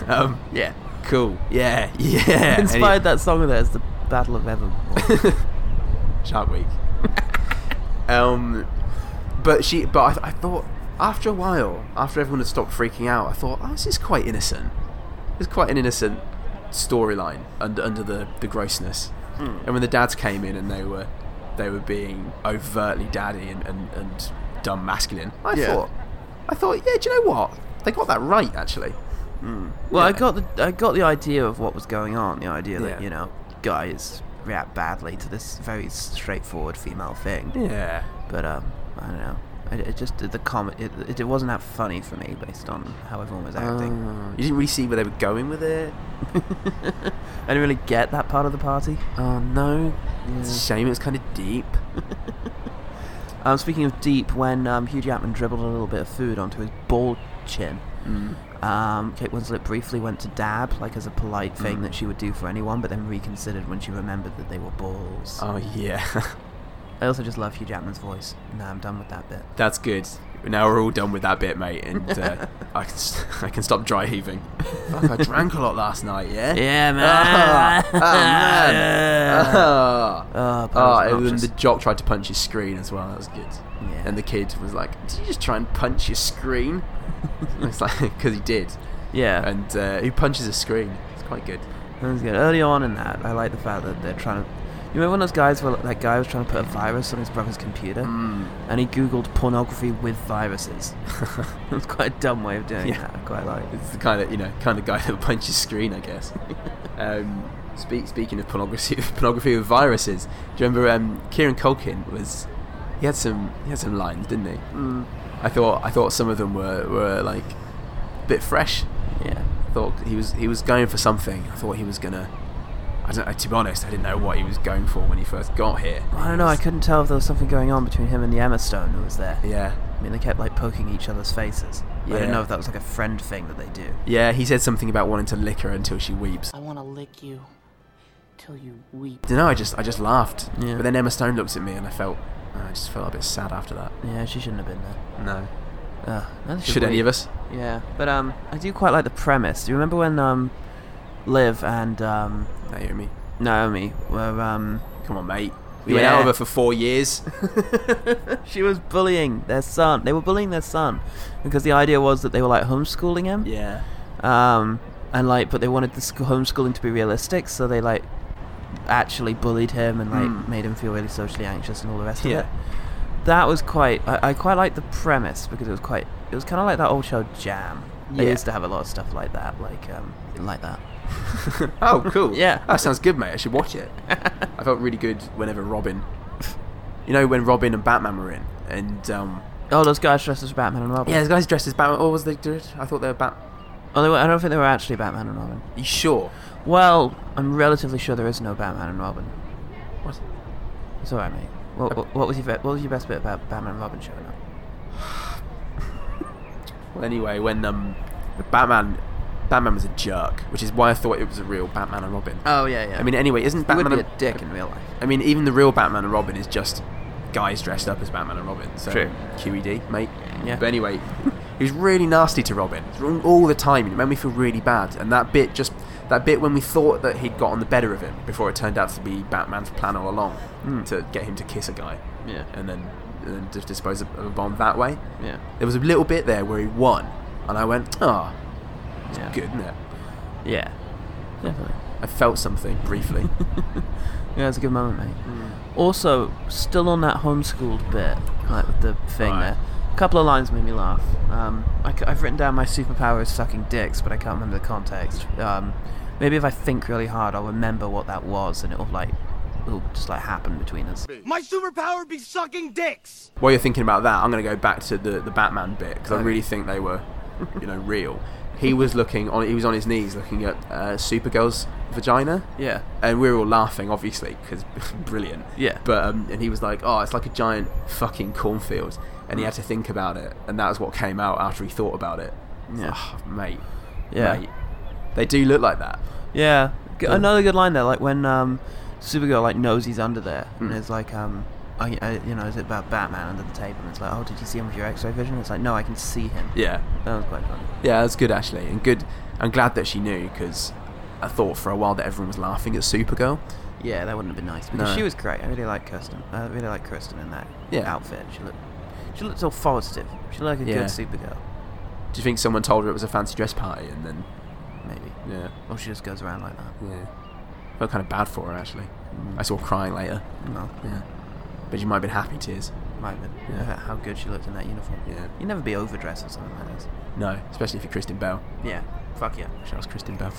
S2: um,
S1: Yeah.
S2: cool. Yeah, yeah.
S1: Inspired that song of theirs, the Battle of Evermore.
S2: Any- Shark Week. um, but she, but I, th- I thought after a while, after everyone had stopped freaking out, I thought, oh, this is quite innocent. It's quite an innocent storyline under under the, the grossness. And when the dads came in and they were they were being overtly daddy and, and, and dumb masculine, I
S1: Yeah.
S2: thought I thought, yeah, do you know what? They got that right actually.
S1: Well, I
S2: Yeah.
S1: got the I got the idea of what was going on. The idea that
S2: Yeah.
S1: you know guys react badly to this very straightforward female thing.
S2: Yeah.
S1: But um, I don't know. It, it just the comment. It, it, it wasn't that funny for me based on how everyone was acting.
S2: Oh, you didn't really see where they were going with it.
S1: I didn't really get that part of the party.
S2: Oh no. It's a shame it was kind of deep.
S1: Um, speaking of deep, when um, Hugh Jackman dribbled a little bit of food onto his bald chin,
S2: Mm.
S1: um, Kate Winslet briefly went to dab, like as a polite
S2: Mm.
S1: thing that she would do for anyone, but then reconsidered when she remembered that they were balls.
S2: Oh yeah.
S1: I also just love Hugh Jackman's voice. Now I'm done with that bit.
S2: That's good. Now we're all done with that bit, mate, and uh, I can s- I can stop dry heaving. Fuck, I drank a lot last night. Yeah.
S1: Yeah,
S2: Ah, oh, man. Ah.
S1: Oh,
S2: Ah,
S1: that was
S2: and then
S1: obnoxious.
S2: the jock tried to punch his screen as well. That was good.
S1: Yeah.
S2: And the kid was like, "Did you just try and punch your screen?" it's like because he did,
S1: yeah,
S2: and uh, he punches a screen. It's quite good.
S1: that was good. Early on in that, I like the fact that they're trying to. You remember when those guys were that guy was trying to put a virus on his brother's computer,
S2: Mm.
S1: and he googled pornography with viruses. it was quite a dumb way of doing
S2: Yeah.
S1: that. I quite like.
S2: It's the kind of you know kind of guy that punches screen, I guess. um, speak, speaking of pornography, pornography with viruses. Do you remember um, Kieran Culkin was? He had some he had some lines, didn't he? Mm. I thought I thought some of them were were like a bit fresh.
S1: Yeah,
S2: I thought he was he was going for something. I thought he was gonna. I don't. To be honest, I didn't know what he was going for when he first got here.
S1: I don't know. I couldn't tell if there was something going on between him and the Emma Stone who was there.
S2: Yeah.
S1: I mean, they kept like poking each other's faces. I
S2: Yeah.
S1: didn't know if that was like a friend thing that they do.
S2: Yeah, he said something about wanting to lick her until she weeps.
S4: I want to lick you till you weep.
S2: don't know. I just I just laughed.
S1: Yeah.
S2: But then uh, Emma Stone looked at me, and I felt I just felt a bit sad after that.
S1: Yeah, she shouldn't have been there.
S2: No.
S1: Ugh, that
S2: Should any
S1: wait.
S2: of us?
S1: Yeah, but um, I do quite like the premise. Do you remember when um, Liv and um,
S2: Naomi.
S1: Naomi were um,
S2: Come on, mate. We went
S1: Yeah.
S2: out with her for four years.
S1: she was bullying their son. They were bullying their son because the idea was that they were like homeschooling him.
S2: yeah.
S1: Um, and like, but they wanted the sc- homeschooling to be realistic, so they like actually bullied him and like made him feel really socially anxious and all the rest
S2: Hmm. Yeah.
S1: of it. That was quite. I, I quite liked the premise because it was quite. It was kind of like that old show Jam. They
S2: Yeah.
S1: used to have a lot of stuff like that, like um, like that.
S2: Oh, cool.
S1: Yeah.
S2: That sounds good, mate. I should watch it. I felt really good whenever Robin. You know, when Robin and Batman were in. And, um.
S1: Oh, those guys dressed as Batman and Robin.
S2: Yeah, those guys dressed as Batman. Or was they. I thought they were Bat.
S1: Oh, they were, I don't think they were actually Batman and Robin.
S2: You sure?
S1: Well, I'm relatively sure there is no Batman and Robin.
S2: What?
S1: It's alright, mate. What, what, what was your be- what was your best bit about Batman and Robin showing up?
S2: Well, anyway, when, um. The Batman. Batman was a jerk, which is why I thought it was a real Batman and Robin.
S1: Oh yeah, yeah.
S2: I mean, anyway, isn't
S1: he
S2: Batman
S1: would be
S2: and-
S1: a dick in real life.
S2: I mean, even the real Batman and Robin is just guys dressed up as Batman and Robin. So
S1: True.
S2: QED, mate.
S1: Yeah.
S2: But anyway, he was really nasty to Robin all- all the time, and it made me feel really bad. And that bit just that bit when we thought that he'd gotten the better of him before it turned out to be Batman's plan all along to get him to kiss a guy.
S1: Hmm. Yeah.
S2: And then and then just dispose of of a bomb that way.
S1: Yeah,
S2: There was a little bit there where he won, and I went, ah,
S1: yeah,
S2: good, isn't it?
S1: yeah, definitely.
S2: I felt something briefly.
S1: Yeah, it's a good moment, mate.
S2: Hmm.
S1: Also, still on that homeschooled bit, like with the thing
S2: Right.
S1: there. A couple of lines made me laugh. Um, I, have written down my superpower is sucking dicks, but I can't remember the context. Um, maybe if I think really hard, I'll remember what that was, and it'll like, it'll just like happen between us.
S11: My superpower would be sucking dicks.
S2: While you're thinking about that, I'm going to go back to the, the Batman bit because I really think they were, you know, real. He was looking on. He was on his knees looking at uh, Supergirl's vagina.
S1: Yeah.
S2: And we were all laughing, obviously, because brilliant.
S1: Yeah.
S2: But um, and he was like, "Oh, it's like a giant fucking cornfield," and he had to think about it, and that was what came out after he thought about it.
S1: Yeah.
S2: Oh, mate.
S1: Yeah.
S2: Mate. They do look like that.
S1: Yeah, G- another good line there. Like when um, Supergirl like knows he's under there,
S2: Hmm.
S1: and it's like um, I, I, you know, is it about Batman under the table? And it's like, oh, did you see him with your X-ray vision? it's like, no, I can see him.
S2: Yeah.
S1: That was quite funny.
S2: Yeah, that's good actually, and good. I'm glad that she knew because I thought for a while that everyone was laughing at Supergirl.
S1: Yeah, that wouldn't have been nice because
S2: No.
S1: she was great. I really like Kirsten. I really like Kirsten in that
S2: Yeah.
S1: outfit. She looked, she looked so formative. She looked like a
S2: Yeah.
S1: good Supergirl,
S2: Do you think someone told her it was a fancy dress party and then,
S1: maybe.
S2: yeah,
S1: Or she just goes around like that.
S2: yeah, felt kind of bad for her actually.
S1: Mm.
S2: I saw her crying later,
S1: Well,
S2: yeah, but she might have been happy tears.
S1: might have been.
S2: Yeah.
S1: How good she looked in that uniform.
S2: Yeah.
S1: You never be overdressed or something like this.
S2: No, especially if you're Kristen Bell.
S1: Yeah. Fuck yeah.
S2: Wish I was Kristen Bell.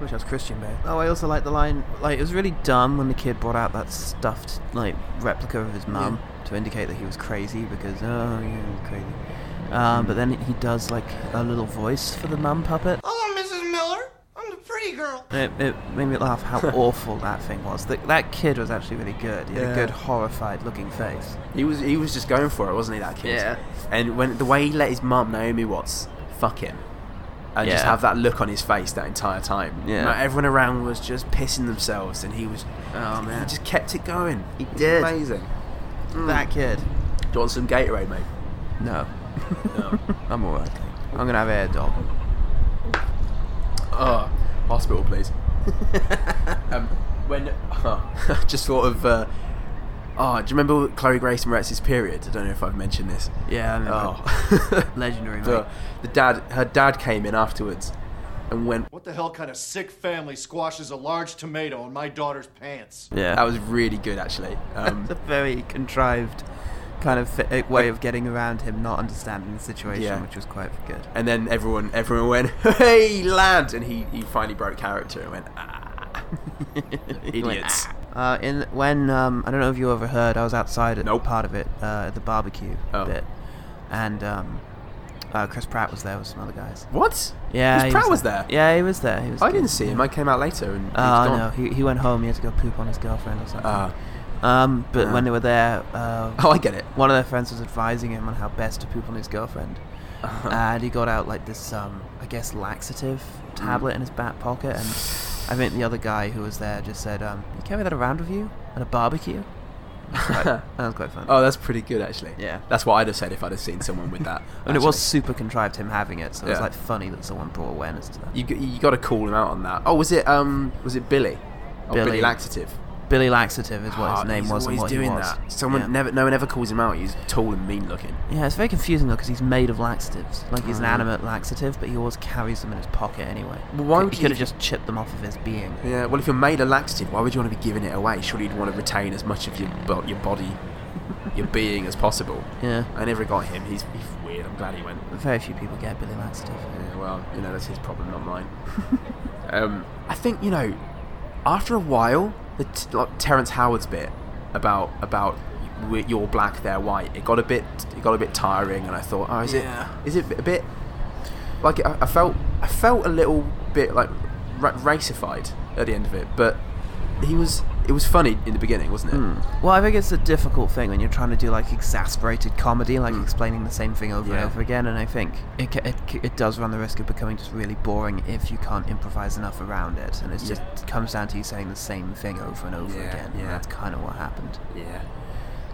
S1: Wish I was Christian Bale. Oh, I also like the line. Like it was really dumb when the kid brought out that stuffed like replica of his mum to indicate that he was crazy because oh yeah, he was crazy. Um, but then he does like a little voice for the mum puppet.
S8: Hello, Mrs. Miller. I'm the pretty girl.
S1: It, it made me laugh how awful that thing was. That that kid was actually really good. He had
S2: Yeah.
S1: a good horrified looking face.
S2: He was he was just going for it, wasn't he? That kid.
S1: Yeah.
S2: And when the way he let his mum Naomi Watts fuck him, and just
S1: Yeah.
S2: have that look on his face that entire time.
S1: Yeah.
S2: Like, everyone around was just pissing themselves, and he was.
S1: Oh,
S2: He
S1: man.
S2: just kept it going. He
S1: did.
S2: Amazing.
S1: That kid.
S2: Do you want some Gatorade, mate?
S1: No, I'm alright. I'm gonna have air dog.
S2: Oh, hospital, please. um, when oh, just sort of. Uh, oh, do you remember Chloe Grace Moretz's period? I don't know if I've mentioned this.
S1: Yeah, I remember.
S2: Oh,
S1: Legendary, mate.
S2: the, the dad, her dad came in afterwards, and went.
S12: What the hell kind of sick family squashes a large tomato on my daughter's pants?
S1: Yeah.
S2: That was really good, actually. Um,
S1: It's a very contrived kind of fi- way of getting around him not understanding the situation,
S2: Yeah.
S1: which was quite good.
S2: and then everyone, everyone went, "Hey, lad!" And he, he finally broke character and went, "Ah, idiots!"
S1: Uh, in when um, I don't know if you overheard, I was outside at
S2: Nope.
S1: part of it, uh, at the barbecue
S2: Oh.
S1: bit, and um, uh, Chris Pratt was there with some other guys.
S2: What?
S1: Yeah,
S2: Chris
S1: he
S2: Pratt was there.
S1: Yeah, he was there. He was
S2: I
S1: good.
S2: didn't see him. I came out later and he was
S1: Oh
S2: gone.
S1: no, he, he went home. He had to go poop on his girlfriend or something.
S2: Ah.
S1: um, but
S2: Ah.
S1: when they were there, uh,
S2: Oh, I get it.
S1: one of their friends was advising him on how best to poop on his girlfriend,
S2: Uh-huh.
S1: and he got out like this, um, I guess, laxative tablet
S2: Mm.
S1: in his back pocket, and I think the other guy who was there just said, um, "You carry that around with you at a barbecue," that was quite fun.
S2: Oh, that's pretty good actually.
S1: Yeah.
S2: that's what I'd have said if I'd have seen someone with that.
S1: I mean, it was
S2: actually.
S1: super contrived him having it, so it's
S2: Yeah.
S1: like funny that someone brought awareness to that.
S2: You, g- you got to call him out on that. Oh, was it um was it Billy? Oh, Billy,
S1: Billy.
S2: Laxative.
S1: Billy Laxative is what
S2: Oh,
S1: his name
S2: he's
S1: was and
S2: always
S1: what
S2: doing
S1: he was.
S2: that. Someone
S1: yeah.
S2: never, no one ever calls him out. He's tall and mean looking.
S1: Yeah, it's very confusing though because he's made of laxatives. Like he's an
S2: Mm.
S1: animate laxative, but he always carries them in his pocket anyway.
S2: Well, why
S1: He-
S2: would
S1: he
S2: you-
S1: could have just chipped them off of his being?
S2: Yeah. Well, if you're made a laxative, why would you want to be giving it away? Surely you'd want to retain as much of your bo- your body, your being as possible.
S1: Yeah.
S2: I never got him. He's, he's weird. I'm glad he went.
S1: Very few people get Billy laxative.
S2: Yeah, well, you know, that's his problem, not mine. um, I think you know, after a while, the t- like Terrence Howard's bit about about we- you're black, they're white. It got a bit it got a bit tiring, and I thought, oh, is
S1: Yeah.
S2: it is it a bit like I, I felt I felt a little bit like ra- racified at the end of it, but he was it was funny in the beginning, wasn't it?
S1: Well, I think it's a difficult thing when you're trying to do like exasperated comedy, like explaining the same thing over
S2: Mm. Yeah.
S1: and over again. And I think it, ca- it ca- it does run the risk of becoming just really boring if you can't improvise enough around it, and it's
S2: Yeah.
S1: just comes down to you saying the same thing over and over
S2: Yeah,
S1: again.
S2: yeah.
S1: And that's kind of what happened.
S2: Yeah.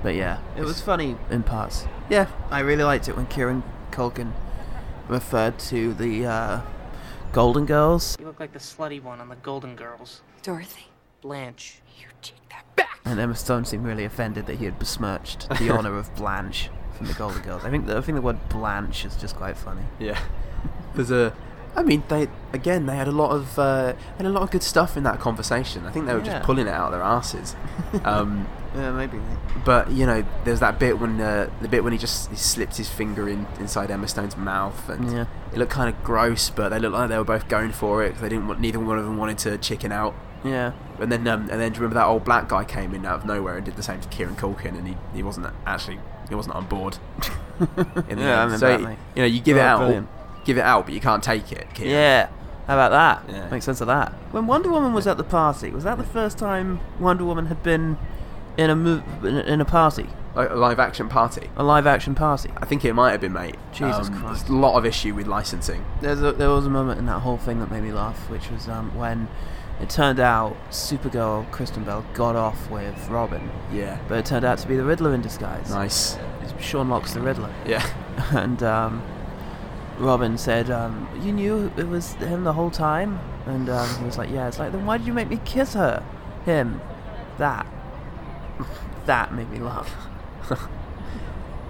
S1: But yeah, it was funny in parts.
S2: Yeah.
S1: I really liked it when Kieran Culkin referred to the uh, Golden Girls
S4: You look like the slutty one on the Golden Girls.
S5: Dorothy?
S4: Blanche.
S1: And Emma Stone seemed really offended that he had besmirched the honour of Blanche from the Golden Girls. I think the, I think the word Blanche is just quite funny.
S2: Yeah. There's a. I mean, they again they had a lot of uh, had a lot of good stuff in that conversation. I think they were
S1: Yeah.
S2: just pulling it out of their asses. Um,
S1: Yeah, maybe.
S2: but you know, there's that bit when uh, the bit when he just he slipped his finger in inside Emma Stone's mouth, and
S1: Yeah.
S2: it looked kind of gross. But they looked like they were both going for it. 'cause They didn't want neither one of them wanted to chicken out.
S1: Yeah.
S2: And then um, and then do you remember that old black guy came in out of nowhere and did the same to Kieran Culkin, and he, he wasn't actually he wasn't on board. in the
S1: Yeah, I
S2: end.
S1: remember
S2: so
S1: that, mate.
S2: you know you give it
S1: Oh,
S2: out,
S1: brilliant.
S2: give it out, but you can't take it. Kieran.
S1: Yeah. How about that?
S2: Yeah.
S1: Make sense of that. When Wonder Woman was at the party, was that the first time Wonder Woman had been in a mov- in a- in a party,
S2: Like a live action party.
S1: a live action party?
S2: I think it might have been, mate.
S1: Jesus
S2: Um,
S1: Christ.
S2: there's A lot of issue with licensing.
S1: There's a, there was a moment in that whole thing that made me laugh, which was um, when it turned out Supergirl Kristen Bell got off with Robin,
S2: Yeah.
S1: but it turned out to be the Riddler in disguise.
S2: Nice.
S1: Sean Locke's the Riddler.
S2: Yeah.
S1: and um, Robin said, um, "You knew it was him the whole time." And um, he was like, "Yeah." It's like, then why did you make me kiss her? Him, that, that made me laugh.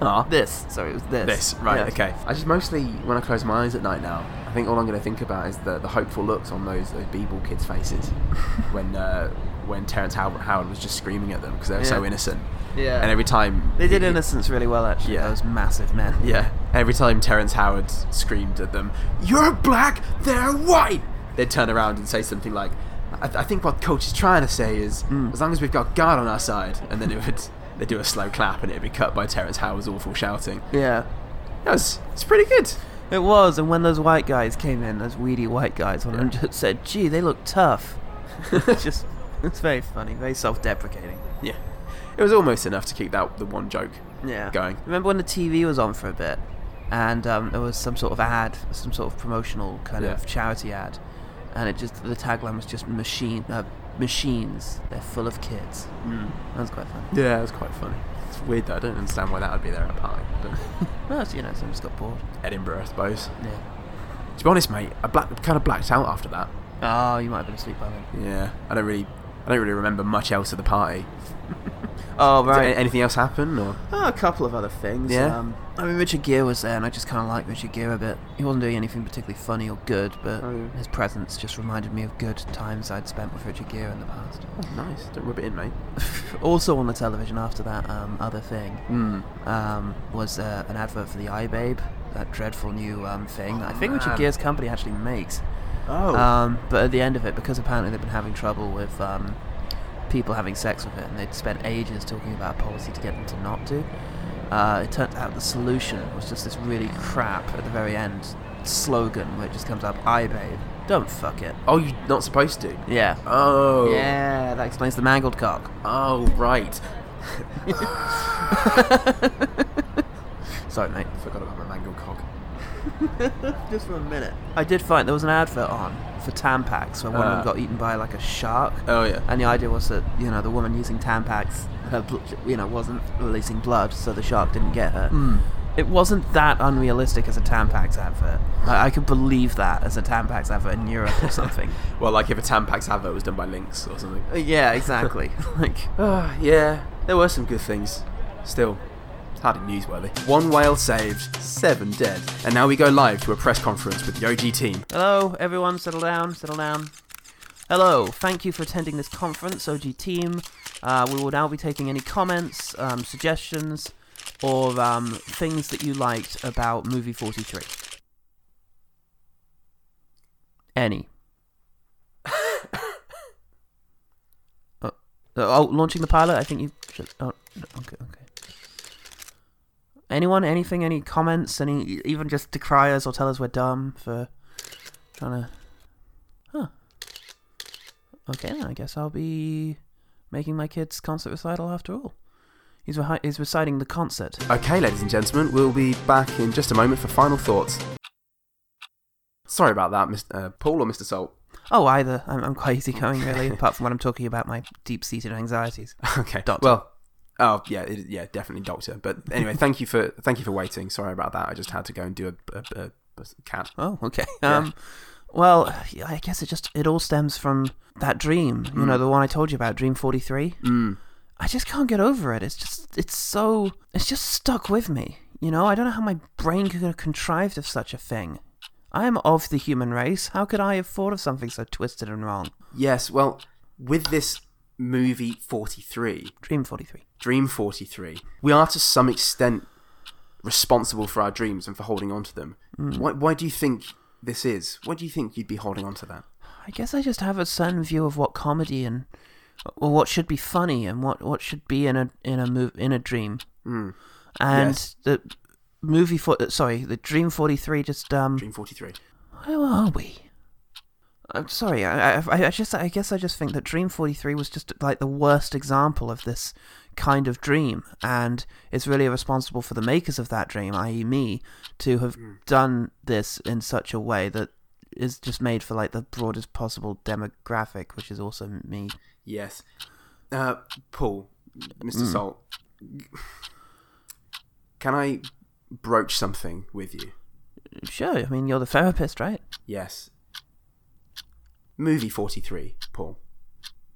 S2: Ah.
S1: This, sorry, it was this.
S2: This, right,
S1: Yes.
S2: okay. I just mostly, when I close my eyes at night now, I think all I'm going to think about is the, the hopeful looks on those those Beeble kids' faces when uh, when Terrence Howard, Howard was just screaming at them because they were so
S1: Yeah.
S2: innocent.
S1: Yeah.
S2: And every time
S1: They did
S2: he-
S1: Innocence really well, actually.
S2: Yeah.
S1: Those massive men.
S2: Yeah. Every time Terrence Howard screamed at them, "You're black, they're white," they'd turn around and say something like, "I, I think what coach is trying to say is,
S1: Mm.
S2: as long as we've got God on our side," and then it would they would do a slow clap and it'd be cut by Terrence Howard's awful shouting.
S1: Yeah.
S2: That was it's pretty good.
S1: It was, and when those white guys came in, those weedy white guys, one of them just said, "Gee, they look tough." it's just, it's very funny, very self-deprecating.
S2: Yeah. It was almost enough to keep that the one joke
S1: Yeah.
S2: going.
S1: Remember when the TV was on for a bit, and um, there was some sort of ad, some sort of promotional kind
S2: Yeah.
S1: of charity ad, and it just the tagline was just machine uh, machines. They're full of kids. Mm. That was quite fun.
S2: Yeah, it was quite funny. It's weird though. I don't understand why that would be there at a party, but
S1: Well, it's, you know, someone just got bored.
S2: Edinburgh, I suppose.
S1: Yeah.
S2: To be honest, mate, I black, kind of blacked out after that.
S1: Oh, you might have been asleep by then.
S2: Yeah, I don't really, I don't really remember much else of the party.
S1: Oh
S2: Did
S1: right.
S2: a- anything else happen? Or
S1: Oh, a couple of other things.
S2: Yeah?
S1: Um, I mean, Richard Gere was there, and I just kind of liked Richard Gere a bit. He wasn't doing anything particularly funny or good, but
S2: Oh, yeah.
S1: his presence just reminded me of good times I'd spent with Richard Gere in the past.
S2: nice. Don't rub it in, mate.
S1: also on the television after that um, other thing
S2: Mm.
S1: um, was uh, an advert for the iBabe, that dreadful new um, thing that I think Richard
S2: Oh, man.
S1: Gere's company actually makes.
S2: Oh.
S1: Um, but at the end of it, because apparently they've been having trouble with um, people having sex with it, and they'd spent ages talking about a policy to get them to not do, uh, it turned out the solution was just this really crap at the very end slogan where it just comes up iBabe, don't fuck it.
S2: oh, you're not supposed to.
S1: Yeah.
S2: Oh.
S1: Yeah, that explains the mangled cock.
S2: Oh, right.
S1: Sorry, mate.
S2: Forgot about my mangled cock.
S1: Just for a minute. I did find there was an advert on for Tampax where one of
S2: Uh.
S1: them got eaten by like a shark.
S2: Oh, yeah.
S1: And the idea was that you know the woman using Tampax, her bl- you know wasn't releasing blood, so the shark didn't get her.
S2: Mm.
S1: It wasn't that unrealistic as a Tampax advert. I, I could believe that as a Tampax advert in Europe or something.
S2: Well, like if a Tampax advert was done by Lynx or something.
S1: Uh, yeah, exactly. like,
S2: ah, yeah, there were some good things. Still, it's hardly newsworthy. One whale saved, seven dead, and now we go live to a press conference with the OG team.
S1: Hello, everyone. Settle down. Settle down. Hello. Thank you for attending this conference, OG team. Uh, we will now be taking any comments, um, suggestions, or um, things that you liked about movie 43. Any. oh, oh, launching the pilot. I think you. Should, oh, no, okay, okay. Anyone? Anything? Any comments? Any? Even just decry us or tell us we're dumb for trying to. Huh. Okay, then I guess I'll be making my kid's concert recital after all. He's, rehi- he's reciting the concert.
S2: Okay, ladies and gentlemen, we'll be back in just a moment for final thoughts. Sorry about that, Mr. Uh, Paul or Mr. Salt.
S1: Oh, either. I'm, I'm quite easygoing, really, apart from when I'm talking about my deep seated anxieties.
S2: Okay. Well, oh yeah, it, yeah, definitely doctor. But anyway, thank you for thank you for waiting. Sorry about that. I just had to go and do a, a, a, a cat.
S1: Oh, okay.
S2: Yeah.
S1: Um, well, I guess it just it all stems from that dream. You
S2: Mm.
S1: know, the one I told you about, Dream Forty Three.
S2: Mm.
S1: I just can't get over it. It's just it's so it's just stuck with me. You know, I don't know how my brain could have contrived of such a thing. I am of the human race. How could I have thought of something so twisted and wrong?
S2: Yes. Well, with this movie forty three,
S1: Dream Forty Three.
S2: Dream forty three, we are to some extent responsible for our dreams and for holding on to them.
S1: Mm.
S2: Why, why do you think this is? Why do you think you'd be holding on to that?
S1: I guess I just have a certain view of what comedy and or what should be funny and what, what should be in a in a move in a dream.
S2: Mm.
S1: And
S2: Yes.
S1: the movie for sorry, the Dream Forty Three just um.
S2: Dream forty three.
S1: Who are we? I'm sorry. I, I, I just, I guess, I just think that Dream Forty Three was just like the worst example of this kind of dream, and it's really responsible for the makers of that dream, i.e., me, to have done this in such a way that is just made for like the broadest possible demographic, which is also me.
S2: Yes. Uh, Paul, Mr.
S1: Mm.
S2: Salt, can I broach something with you?
S1: Sure. I mean, you're the therapist, right?
S2: Yes. Movie 43, Paul.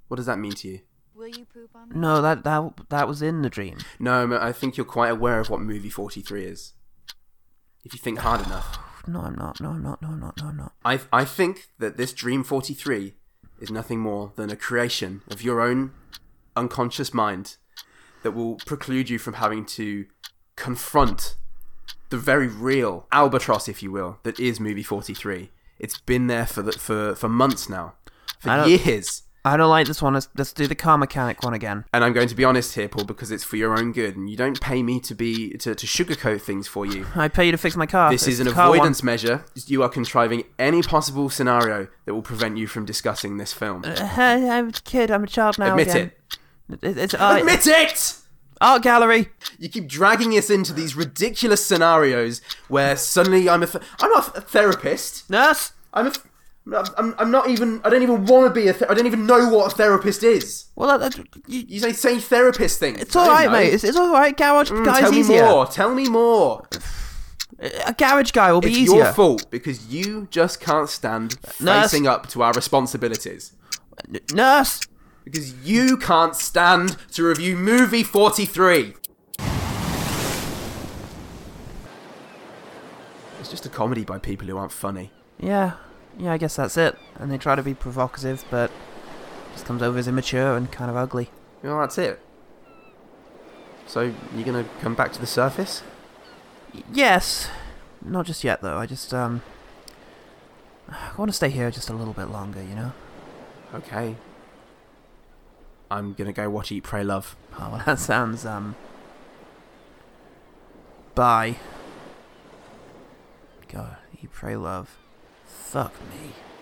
S2: What does that mean to you?
S5: Will you poop on me?
S1: No, that that that was in the dream.
S2: No, I think you're quite aware of what movie 43 is. If you think hard enough.
S1: No, I'm not. No, I'm not. No, I'm not. No, I'm not.
S2: I, I think that this Dream 43 is nothing more than a creation of your own unconscious mind that will preclude you from having to confront the very real albatross, if you will, that is movie 43. It's been there for, the, for, for months now,
S1: I
S2: for
S1: don't-
S2: years.
S1: I don't like this one. Let's, let's do the car mechanic one again.
S2: And I'm going to be honest here, Paul, because it's for your own good, and you don't pay me to be to, to sugarcoat things for you.
S1: I pay you to fix my car.
S2: This
S1: It's
S2: is an
S1: the car one.
S2: avoidance measure. You are contriving any possible scenario that will prevent you from discussing this film.
S1: Uh, hey, I'm a kid. I'm a child now.
S2: Admit
S1: again. it. It's art.
S2: Admit it!
S1: Art gallery.
S2: You keep dragging us into these ridiculous scenarios where suddenly I'm a th- I'm not a therapist.
S1: Nurse.
S2: I'm a th- I'm, I'm not even. I don't even want to be a. Th- I don't even know what a therapist is.
S1: Well, that, that, you,
S2: You say say therapist thing.
S1: it's all right, mate. It's, it's all right. Garage guy's
S2: Mm, tell
S1: easier.
S2: me more. Tell me more.
S1: A garage guy will be
S2: it's
S1: easier.
S2: your fault because you just can't stand
S1: Nurse.
S2: facing up to our responsibilities.
S1: N- Nurse.
S2: Because you can't stand to review movie 43. It's just a comedy by people who aren't funny.
S1: Yeah. Yeah. I guess that's it. And they try to be provocative, but just comes over as immature and kind of ugly.
S2: Well, that's it. So, you're gonna come back to the surface?
S1: Yes. Not just yet, though. I just um. I want to stay here just a little bit longer. You know.
S2: Okay. I'm gonna go watch Eat, Pray, Love.
S1: Oh, well, that sounds um. Bye. God, you pray love. Fuck me.